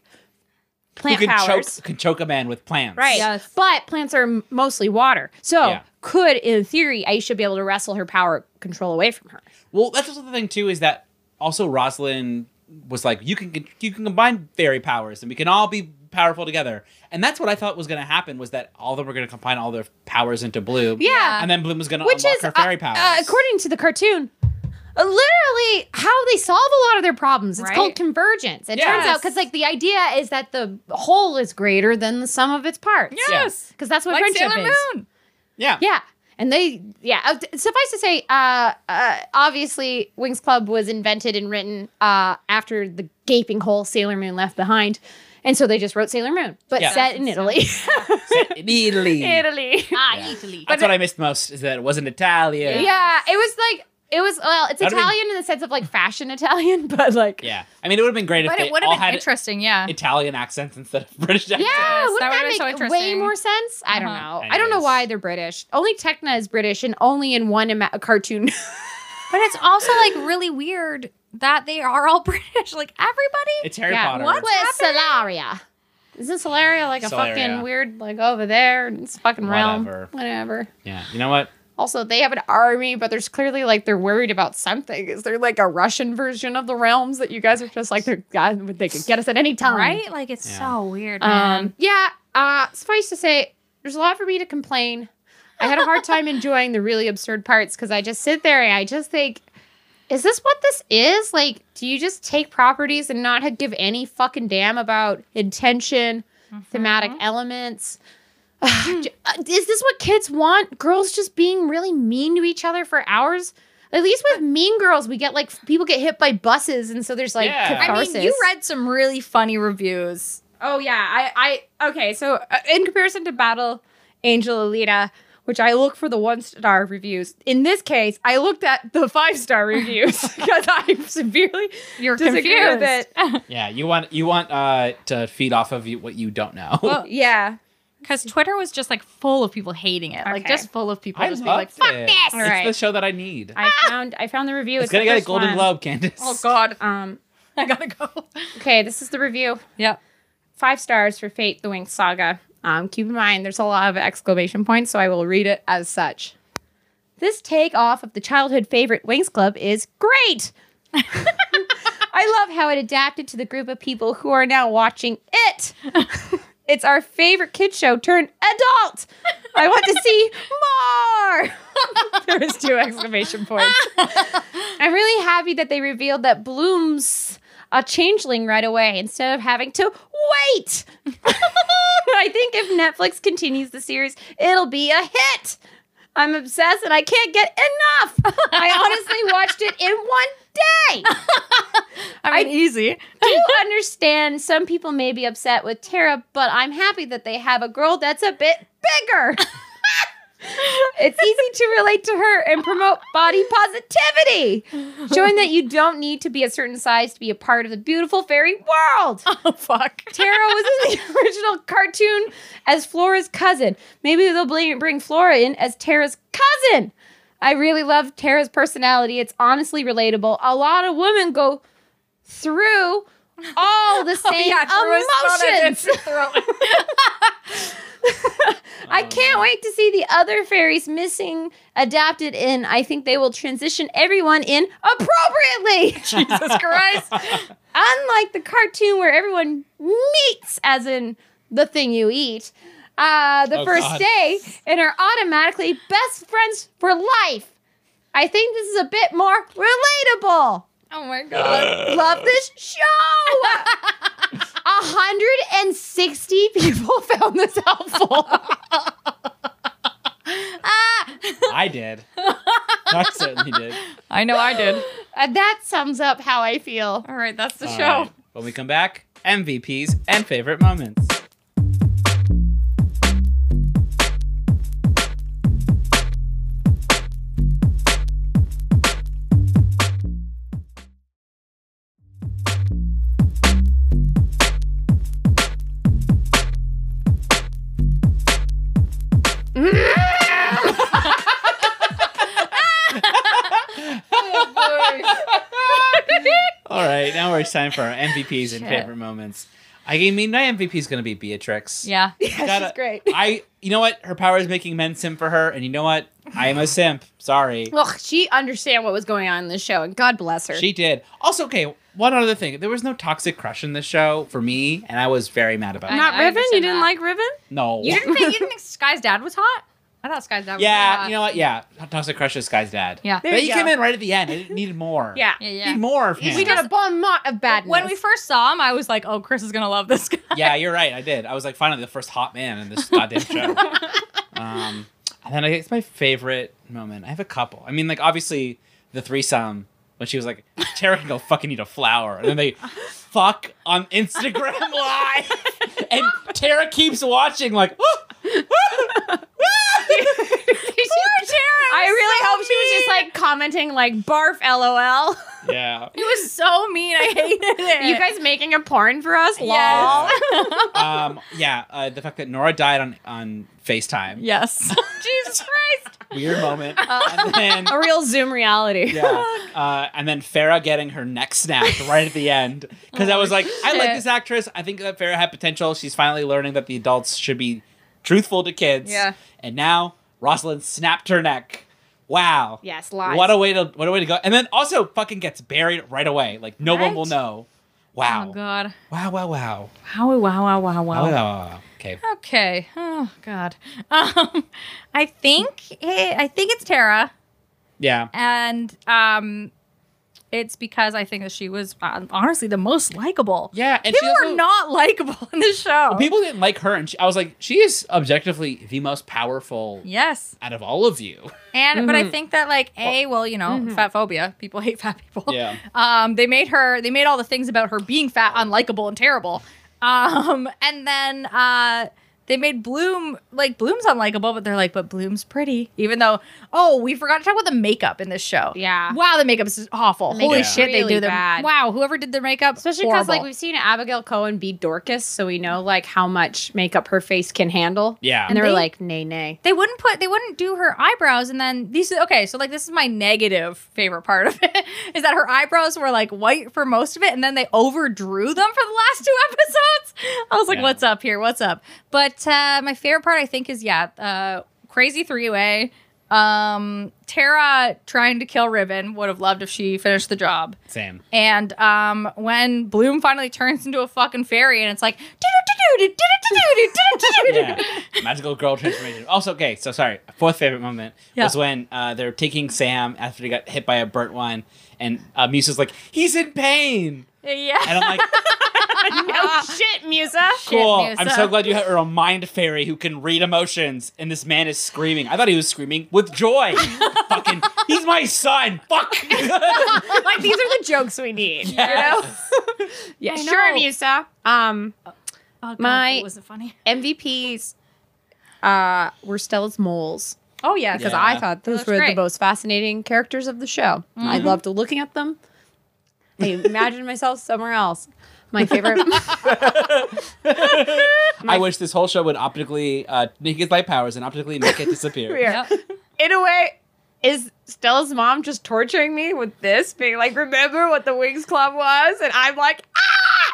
Speaker 2: who
Speaker 1: plant
Speaker 2: can
Speaker 1: powers,
Speaker 2: choke can choke a man with plants,
Speaker 1: right?
Speaker 3: Yes.
Speaker 1: But plants are m- mostly water, so
Speaker 2: Yeah.
Speaker 1: could in theory Aisha be able to wrestle her power control away from her?
Speaker 2: Well, that's also the thing too is that also Rosalind was like, you can you can combine fairy powers and we can all be powerful together. And that's what I thought was going to happen was that all of them were going to combine all their powers into Bloom.
Speaker 1: Yeah.
Speaker 2: and then Bloom was going to
Speaker 1: Which
Speaker 2: unlock
Speaker 1: is
Speaker 2: her fairy
Speaker 1: uh,
Speaker 2: powers.
Speaker 1: uh, according to the cartoon. uh, Literally, how they solve a lot of their problems. It's
Speaker 3: Right.
Speaker 1: called convergence. It turns
Speaker 2: Yes.
Speaker 1: out because like the idea is that the whole is greater than the sum of its parts.
Speaker 3: yes.
Speaker 1: because that's what
Speaker 3: Like
Speaker 1: friendship
Speaker 3: Sailor
Speaker 1: is.
Speaker 3: Moon.
Speaker 2: yeah,
Speaker 1: Yeah. And they, yeah, uh, suffice to say, uh, uh, obviously, Wings Club was invented and written uh, after the gaping hole Sailor Moon left behind. And so they just wrote Sailor Moon, but
Speaker 2: Yeah.
Speaker 1: set in Italy.
Speaker 2: Italy.
Speaker 4: Italy.
Speaker 3: Ah,
Speaker 2: Yeah.
Speaker 3: Italy.
Speaker 2: That's what I missed most is that it wasn't Italian.
Speaker 1: yeah, it was like, it was, well, it's
Speaker 2: That'd be-
Speaker 1: Italian in the sense of like fashion Italian, but like,
Speaker 2: Yeah. I mean, it would have been great if
Speaker 3: But
Speaker 2: they
Speaker 3: it would
Speaker 2: all
Speaker 3: have been
Speaker 2: had
Speaker 3: interesting, yeah.
Speaker 2: Italian accents instead of British accents.
Speaker 1: Yeah,
Speaker 3: Yes,
Speaker 1: wouldn't
Speaker 3: that
Speaker 1: that,
Speaker 3: would've been so
Speaker 1: make way
Speaker 3: interesting.
Speaker 1: more sense? I don't
Speaker 3: Uh-huh.
Speaker 1: know. I don't know
Speaker 2: Anyways.
Speaker 1: why they're British. Only Tecna is British, and only in one ima- cartoon.
Speaker 3: but it's also like really weird that they are all British. Like everybody.
Speaker 2: It's Harry
Speaker 1: Yeah,
Speaker 2: Potter.
Speaker 3: what?
Speaker 1: Where's Solaria? Isn't Solaria like a fucking
Speaker 2: Solaria.
Speaker 1: weird, like over there? It's fucking realm.
Speaker 2: Whatever.
Speaker 1: Whatever.
Speaker 2: Yeah. You know what?
Speaker 1: Also, they have an army, but there's clearly like they're worried about something. Is there like a Russian version of the realms that you guys are just like, they're God, they could get us at any time?
Speaker 3: right? Like it's
Speaker 2: Yeah.
Speaker 3: so weird, man.
Speaker 1: Um, yeah. Uh, suffice to say, there's a lot for me to complain. I had a hard time enjoying the really absurd parts because I just sit there and I just think, is this what this is? Like, do you just take properties and not give any fucking damn about intention,
Speaker 3: Mm-hmm.
Speaker 1: thematic elements?
Speaker 3: Hmm.
Speaker 1: Ugh, j- uh, is this what kids want? Girls just being really mean to each other for hours? At least with Mean Girls, we get like people get hit by buses, and so there's like
Speaker 2: Yeah. I
Speaker 3: I mean,
Speaker 1: catharsis.
Speaker 3: you read some really funny reviews.
Speaker 4: Oh yeah, I I okay. So uh, in comparison to Battle Angel Alita, which I look for the one star reviews, in this case I looked at the five star reviews because I'm severely
Speaker 3: You're
Speaker 4: disagree
Speaker 3: confused. Oh.
Speaker 4: with it.
Speaker 2: Yeah. You want you want uh to feed off of you, what you don't know.
Speaker 3: Well,
Speaker 4: Yeah,
Speaker 3: Because Twitter was just like full of people hating it, like
Speaker 4: Okay.
Speaker 3: just full of people
Speaker 2: I
Speaker 3: just
Speaker 2: loved
Speaker 3: being like, "Fuck
Speaker 2: it.
Speaker 3: this!"
Speaker 2: It's
Speaker 4: Alright.
Speaker 2: the show that I need.
Speaker 4: I
Speaker 3: Ah.
Speaker 4: found I found the review.
Speaker 2: it's, gonna
Speaker 4: the
Speaker 2: get a
Speaker 4: first
Speaker 2: Golden
Speaker 4: one.
Speaker 2: Globe, Candace.
Speaker 3: Oh God,
Speaker 4: Um.
Speaker 3: I gotta go.
Speaker 1: okay, this is the review.
Speaker 3: Yep.
Speaker 4: five stars for Fate the Wing Saga. Um, keep in mind, there's a lot of exclamation points, so I will read it as such. This take off of the childhood favorite Wings Club is great. I love how it adapted to the group of people who are now watching it. it's our favorite kid show turned adult. I want to see more. there was two exclamation points.
Speaker 1: I'm really happy that they revealed that Bloom's a changeling right away instead of having to wait.
Speaker 4: I think if Netflix continues the series, it'll be a hit. I'm obsessed and I can't get enough. I honestly watched it in one day.
Speaker 3: I mean, easy.
Speaker 4: I do understand some people may be upset with Tara, but I'm happy that they have a girl that's a bit bigger. it's easy to relate to her and promote body positivity, showing that you don't need to be a certain size to be a part of the beautiful fairy world.
Speaker 3: Oh fuck.
Speaker 4: Tara was in the original cartoon as Flora's cousin. Maybe they'll bl- bring Flora in as Tara's cousin. I really love Tara's personality. It's honestly relatable. A lot of women go through all the
Speaker 3: Oh,
Speaker 4: same emotions.
Speaker 2: Oh,
Speaker 4: I can't wait to see the other fairies missing adapted in. I think they will transition everyone in appropriately.
Speaker 3: Jesus Christ.
Speaker 4: unlike the cartoon where everyone meets as in the thing you eat uh, the
Speaker 2: Oh,
Speaker 4: first
Speaker 2: God.
Speaker 4: day and are automatically best friends for life i think this is a bit more relatable
Speaker 3: Oh my God.
Speaker 4: love this show
Speaker 1: 160 people found this helpful.
Speaker 2: I did. I certainly did.
Speaker 3: I know I did.
Speaker 1: and Uh, that sums up how I feel.
Speaker 3: All right, that's the
Speaker 2: All
Speaker 3: show.
Speaker 2: right. When we come back, MVPs and favorite moments. All right, now it's time for our MVPs and
Speaker 3: Shit.
Speaker 2: favorite moments. I mean, my MVP is going to be Beatrix.
Speaker 3: Yeah.
Speaker 2: Gotta-
Speaker 4: she's great
Speaker 2: I, you know what? Her power is making men simp for her, and you know what? I am a simp. Sorry.
Speaker 1: Ugh, she understand what was going on in this show, and God bless her.
Speaker 2: She did. Also, okay, one other thing. There was no toxic crush in this show for me, and I was very mad about
Speaker 3: Not
Speaker 2: it.
Speaker 3: I Riven? understand You didn't that.
Speaker 4: like ribbon
Speaker 2: No.
Speaker 3: You didn't think you didn't think Sky's dad was hot? I thought Sky's dad was really
Speaker 2: yeah,
Speaker 3: hot.
Speaker 2: you know what? Yeah, toxic crush is Sky's dad.
Speaker 3: Yeah.
Speaker 4: There
Speaker 2: but
Speaker 4: you
Speaker 2: he
Speaker 4: go.
Speaker 2: came in right at the end. I didn't need more.
Speaker 4: yeah
Speaker 3: Yeah,
Speaker 2: Need
Speaker 3: yeah.
Speaker 2: more of him.
Speaker 1: we got a bomb lot of badness.
Speaker 3: When we first saw him, I was like, "Oh, Chris is gonna love this guy."
Speaker 2: yeah, you're right. I did. I was like, finally, the first hot man in this goddamn show. um, And then I guess my favorite moment. I have a couple. I mean, like obviously the threesome when she was like, Tara can go fucking eat a flower. And then they fuck on Instagram live. And Tara keeps watching, like,
Speaker 1: I really hope she was just like commenting like barf lol.
Speaker 2: yeah.
Speaker 3: It was so mean. I hated it.
Speaker 1: you guys making a porn for us? Lol.
Speaker 3: Yes.
Speaker 2: Um, yeah. Uh, the fact that Nora died on, on FaceTime.
Speaker 3: Yes.
Speaker 1: Jesus Christ.
Speaker 2: Weird moment. and then,
Speaker 1: A real Zoom reality.
Speaker 2: yeah. Uh, and then Farah getting her neck snapped right at the end. Because I was like, I like
Speaker 3: shit.
Speaker 2: this actress. I think that Farah had potential. She's finally learning that the adults should be truthful to kids.
Speaker 3: Yeah.
Speaker 2: And now Rosalind snapped her neck. Wow.
Speaker 1: Yes, lies.
Speaker 2: What a way to what a way to go. And then also fucking gets buried right away. Like no one
Speaker 3: Right?
Speaker 2: will know.
Speaker 3: Oh
Speaker 2: Wow.
Speaker 3: God. Oh.
Speaker 2: wow, wow, wow.
Speaker 3: Wow! Wow! Wow! Wow!
Speaker 2: Wow, wow, wow, wow. Okay.
Speaker 3: Okay. Oh God. Um, I think it, I think it's Tara,
Speaker 2: Yeah.
Speaker 3: and um, it's because I think that she was uh, honestly the most likable.
Speaker 2: Yeah. And
Speaker 3: People
Speaker 2: she
Speaker 3: are
Speaker 2: also-
Speaker 3: not likable in this show.
Speaker 2: people didn't like her and she, I was like, she is objectively the most powerful
Speaker 3: Yes,
Speaker 2: out of all of you.
Speaker 3: and but I think that like a well you know fat phobia people hate fat people.
Speaker 2: Yeah.
Speaker 3: Um, they made her they made all the things about her being fat unlikable and terrible. Um, and then uh they made Bloom like Bloom's unlikable, but they're like, but Bloom's pretty. Even though, oh, we forgot to talk about the makeup in this show.
Speaker 1: Yeah.
Speaker 3: Wow, the makeup is awful.
Speaker 1: makeup's
Speaker 3: Holy shit, they
Speaker 1: really
Speaker 3: do their
Speaker 1: bad.
Speaker 3: wow. Whoever did their makeup,
Speaker 1: Especially because like
Speaker 3: horrible.
Speaker 1: we've seen Abigail Cohen be Dorcas, so we know like how much makeup her face can handle.
Speaker 2: Yeah.
Speaker 1: And they were
Speaker 3: They-
Speaker 1: like, nay, nay.
Speaker 3: they wouldn't put they wouldn't do her eyebrows and then these okay so like this is my negative favorite part of it is that her eyebrows were like white for most of it and then they overdrew them for the last two episodes i was like
Speaker 2: Yeah.
Speaker 3: what's up here what's up but uh my favorite part i think is yeah uh crazy three-way um tara trying to kill ribbon would have loved if she finished the job
Speaker 2: Same.
Speaker 3: and um, when Bloom finally turns into a fucking fairy, and it's like, "Do-do-do-do-do, do-do-do-do-do, do-do-do-do-do."
Speaker 2: Yeah. Magical girl transformation. Also, okay, so sorry. Fourth favorite moment
Speaker 3: Yeah.
Speaker 2: was when uh, they're taking Sam after he got hit by a burnt one, and uh, Musa's like, he's in pain.
Speaker 3: yeah.
Speaker 2: And I'm like,
Speaker 1: Oh shit, Musa.
Speaker 2: cool.
Speaker 3: Musa.
Speaker 2: I'm so glad you are a mind fairy who can read emotions, and this man is screaming. I thought he was screaming with joy. Fucking, he's my son. Fuck.
Speaker 1: like these are the jokes we need. Yeah,
Speaker 3: I
Speaker 1: sure,
Speaker 3: know.
Speaker 1: Musa. Um,
Speaker 3: Oh, God,
Speaker 1: My-
Speaker 3: was it funny?
Speaker 1: MVPs uh, were Stella's moles.
Speaker 3: Oh yeah,
Speaker 1: because
Speaker 2: Yeah.
Speaker 1: I thought
Speaker 3: That
Speaker 1: those
Speaker 3: was
Speaker 1: were the
Speaker 3: great.
Speaker 1: most fascinating characters of the show. I loved looking at them. I imagined myself somewhere else. My favorite.
Speaker 2: I wish this whole show would optically uh, make his light powers and optically make it disappear.
Speaker 1: Here. In a way, is Stella's mom just torturing me with this, being like, remember what the Wings Club was? And I'm like,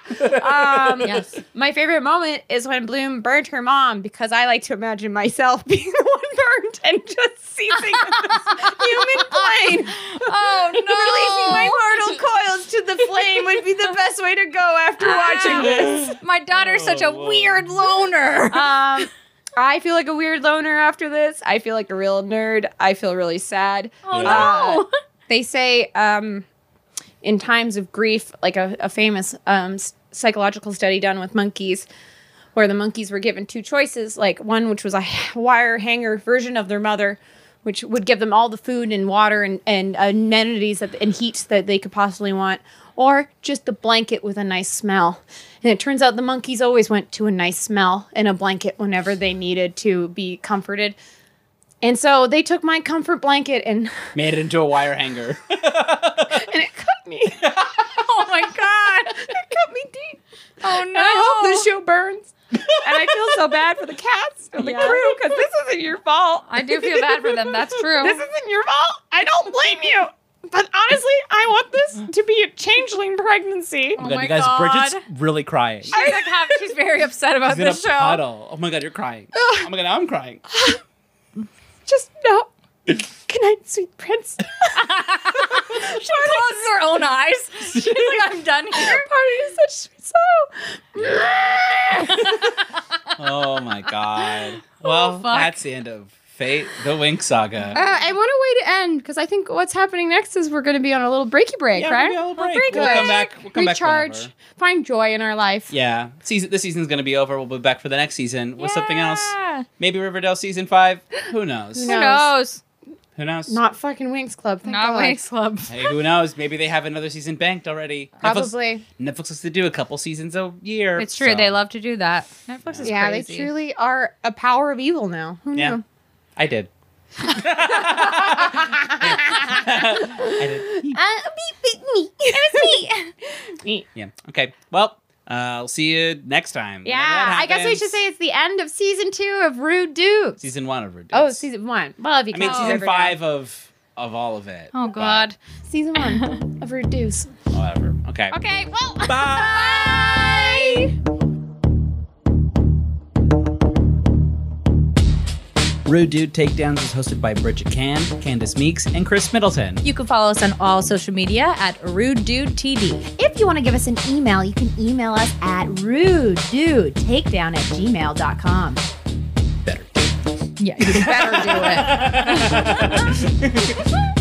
Speaker 3: Oh,
Speaker 1: ah! Um,
Speaker 3: Yes.
Speaker 1: My favorite moment is when Bloom burned her mom because I like to imagine myself being the one burned and just seizing this human plane.
Speaker 3: Oh no!
Speaker 1: Releasing my mortal coils to the flame would be the best way to go after watching this.
Speaker 3: My daughter's such a
Speaker 2: Oh, Lord.
Speaker 3: weird loner.
Speaker 1: Um, I feel like a weird loner after this. I feel like a real nerd. I feel really sad.
Speaker 3: oh
Speaker 2: no.
Speaker 1: Uh, they say um, in times of grief, like a, a famous um, s- psychological study done with monkeys, where the monkeys were given two choices, like one which was a h- wire hanger version of their mother, which would give them all the food and water and, and amenities that, and heat that they could possibly want, or just the blanket with a nice smell. And it turns out the monkeys always went to a nice smell and a blanket whenever they needed to be comforted. And so they took my comfort blanket and
Speaker 2: Made it into a wire hanger.
Speaker 1: and it cut me. it
Speaker 3: Oh my god!
Speaker 1: cut me deep.
Speaker 3: Oh no!
Speaker 1: And I hope this show burns. and I feel so bad for the cast and
Speaker 3: Yeah.
Speaker 1: the crew because this isn't your fault.
Speaker 3: I do feel bad for them. That's true.
Speaker 1: This isn't your fault. I don't blame you. But honestly, I want this to be a changeling pregnancy.
Speaker 2: Oh my
Speaker 3: Oh
Speaker 2: god,
Speaker 3: my
Speaker 2: you guys,
Speaker 3: God.
Speaker 2: Bridget's really crying.
Speaker 3: she's, like, half- she's very upset about
Speaker 2: She's in a
Speaker 3: this show.
Speaker 2: puddle. Oh my god, you're crying. oh my god, now I'm crying.
Speaker 1: Just no. Good night, sweet prince.
Speaker 3: She closes her own eyes. She's like, I'm done here.
Speaker 1: Party is such sweet sorrow.
Speaker 2: Oh my god. Well,
Speaker 3: fuck. Oh,
Speaker 2: that's the end of Fate the Wink Saga.
Speaker 1: Uh, and what a way to end, because I think what's happening next is we're going to be on a little breaky break,
Speaker 2: Yeah,
Speaker 1: right?
Speaker 2: maybe a little break.
Speaker 1: break
Speaker 2: We'll come back. We'll come back.
Speaker 1: Recharge,
Speaker 2: whenever.
Speaker 1: find joy in our life.
Speaker 2: Yeah, season. This season's gonna be over. We'll be back for the next season with something else.
Speaker 3: Yeah.
Speaker 2: Maybe Riverdale season five. Who knows?
Speaker 1: Who
Speaker 3: Who knows?
Speaker 2: Who knows?
Speaker 1: Not fucking Winx Club. Thank
Speaker 3: Not
Speaker 1: God.
Speaker 3: Winx Club.
Speaker 2: Hey, who knows? Maybe they have another season banked already. Netflix,
Speaker 1: Probably.
Speaker 2: Netflix likes to do a couple seasons a year.
Speaker 3: It's true.
Speaker 2: so-
Speaker 3: They love to do that. Netflix is
Speaker 1: yeah,
Speaker 3: crazy.
Speaker 1: they truly are a power of evil now. Who
Speaker 2: Yeah,
Speaker 1: knew?
Speaker 2: I did. I did.
Speaker 5: Uh,
Speaker 2: Yeah. Okay. Well, uh, I'll see you next time. whenever
Speaker 1: Yeah,
Speaker 2: that
Speaker 1: I guess we
Speaker 2: happens.
Speaker 1: should say it's the end of season two of Rude Dudes.
Speaker 2: season one of Riverdale.
Speaker 1: oh, season Oh, one. Well, if you
Speaker 2: I mean,
Speaker 1: count
Speaker 2: season
Speaker 1: Riverdale.
Speaker 2: five of of all of it.
Speaker 3: Oh
Speaker 2: but
Speaker 3: God.
Speaker 1: Season one of Rude Dudes.
Speaker 2: Whatever. Okay.
Speaker 3: Okay. Well.
Speaker 2: Bye.
Speaker 3: Bye.
Speaker 2: Rude Dude Takedowns is hosted by Bridget Cam, Candace Meeks, and Chris Middleton.
Speaker 3: You can follow us on all social media at Rude Dude TV.
Speaker 5: If you want to give us an email, you can email us at rude dude takedown at gmail.com.
Speaker 2: Better.
Speaker 3: Yeah, you better do it.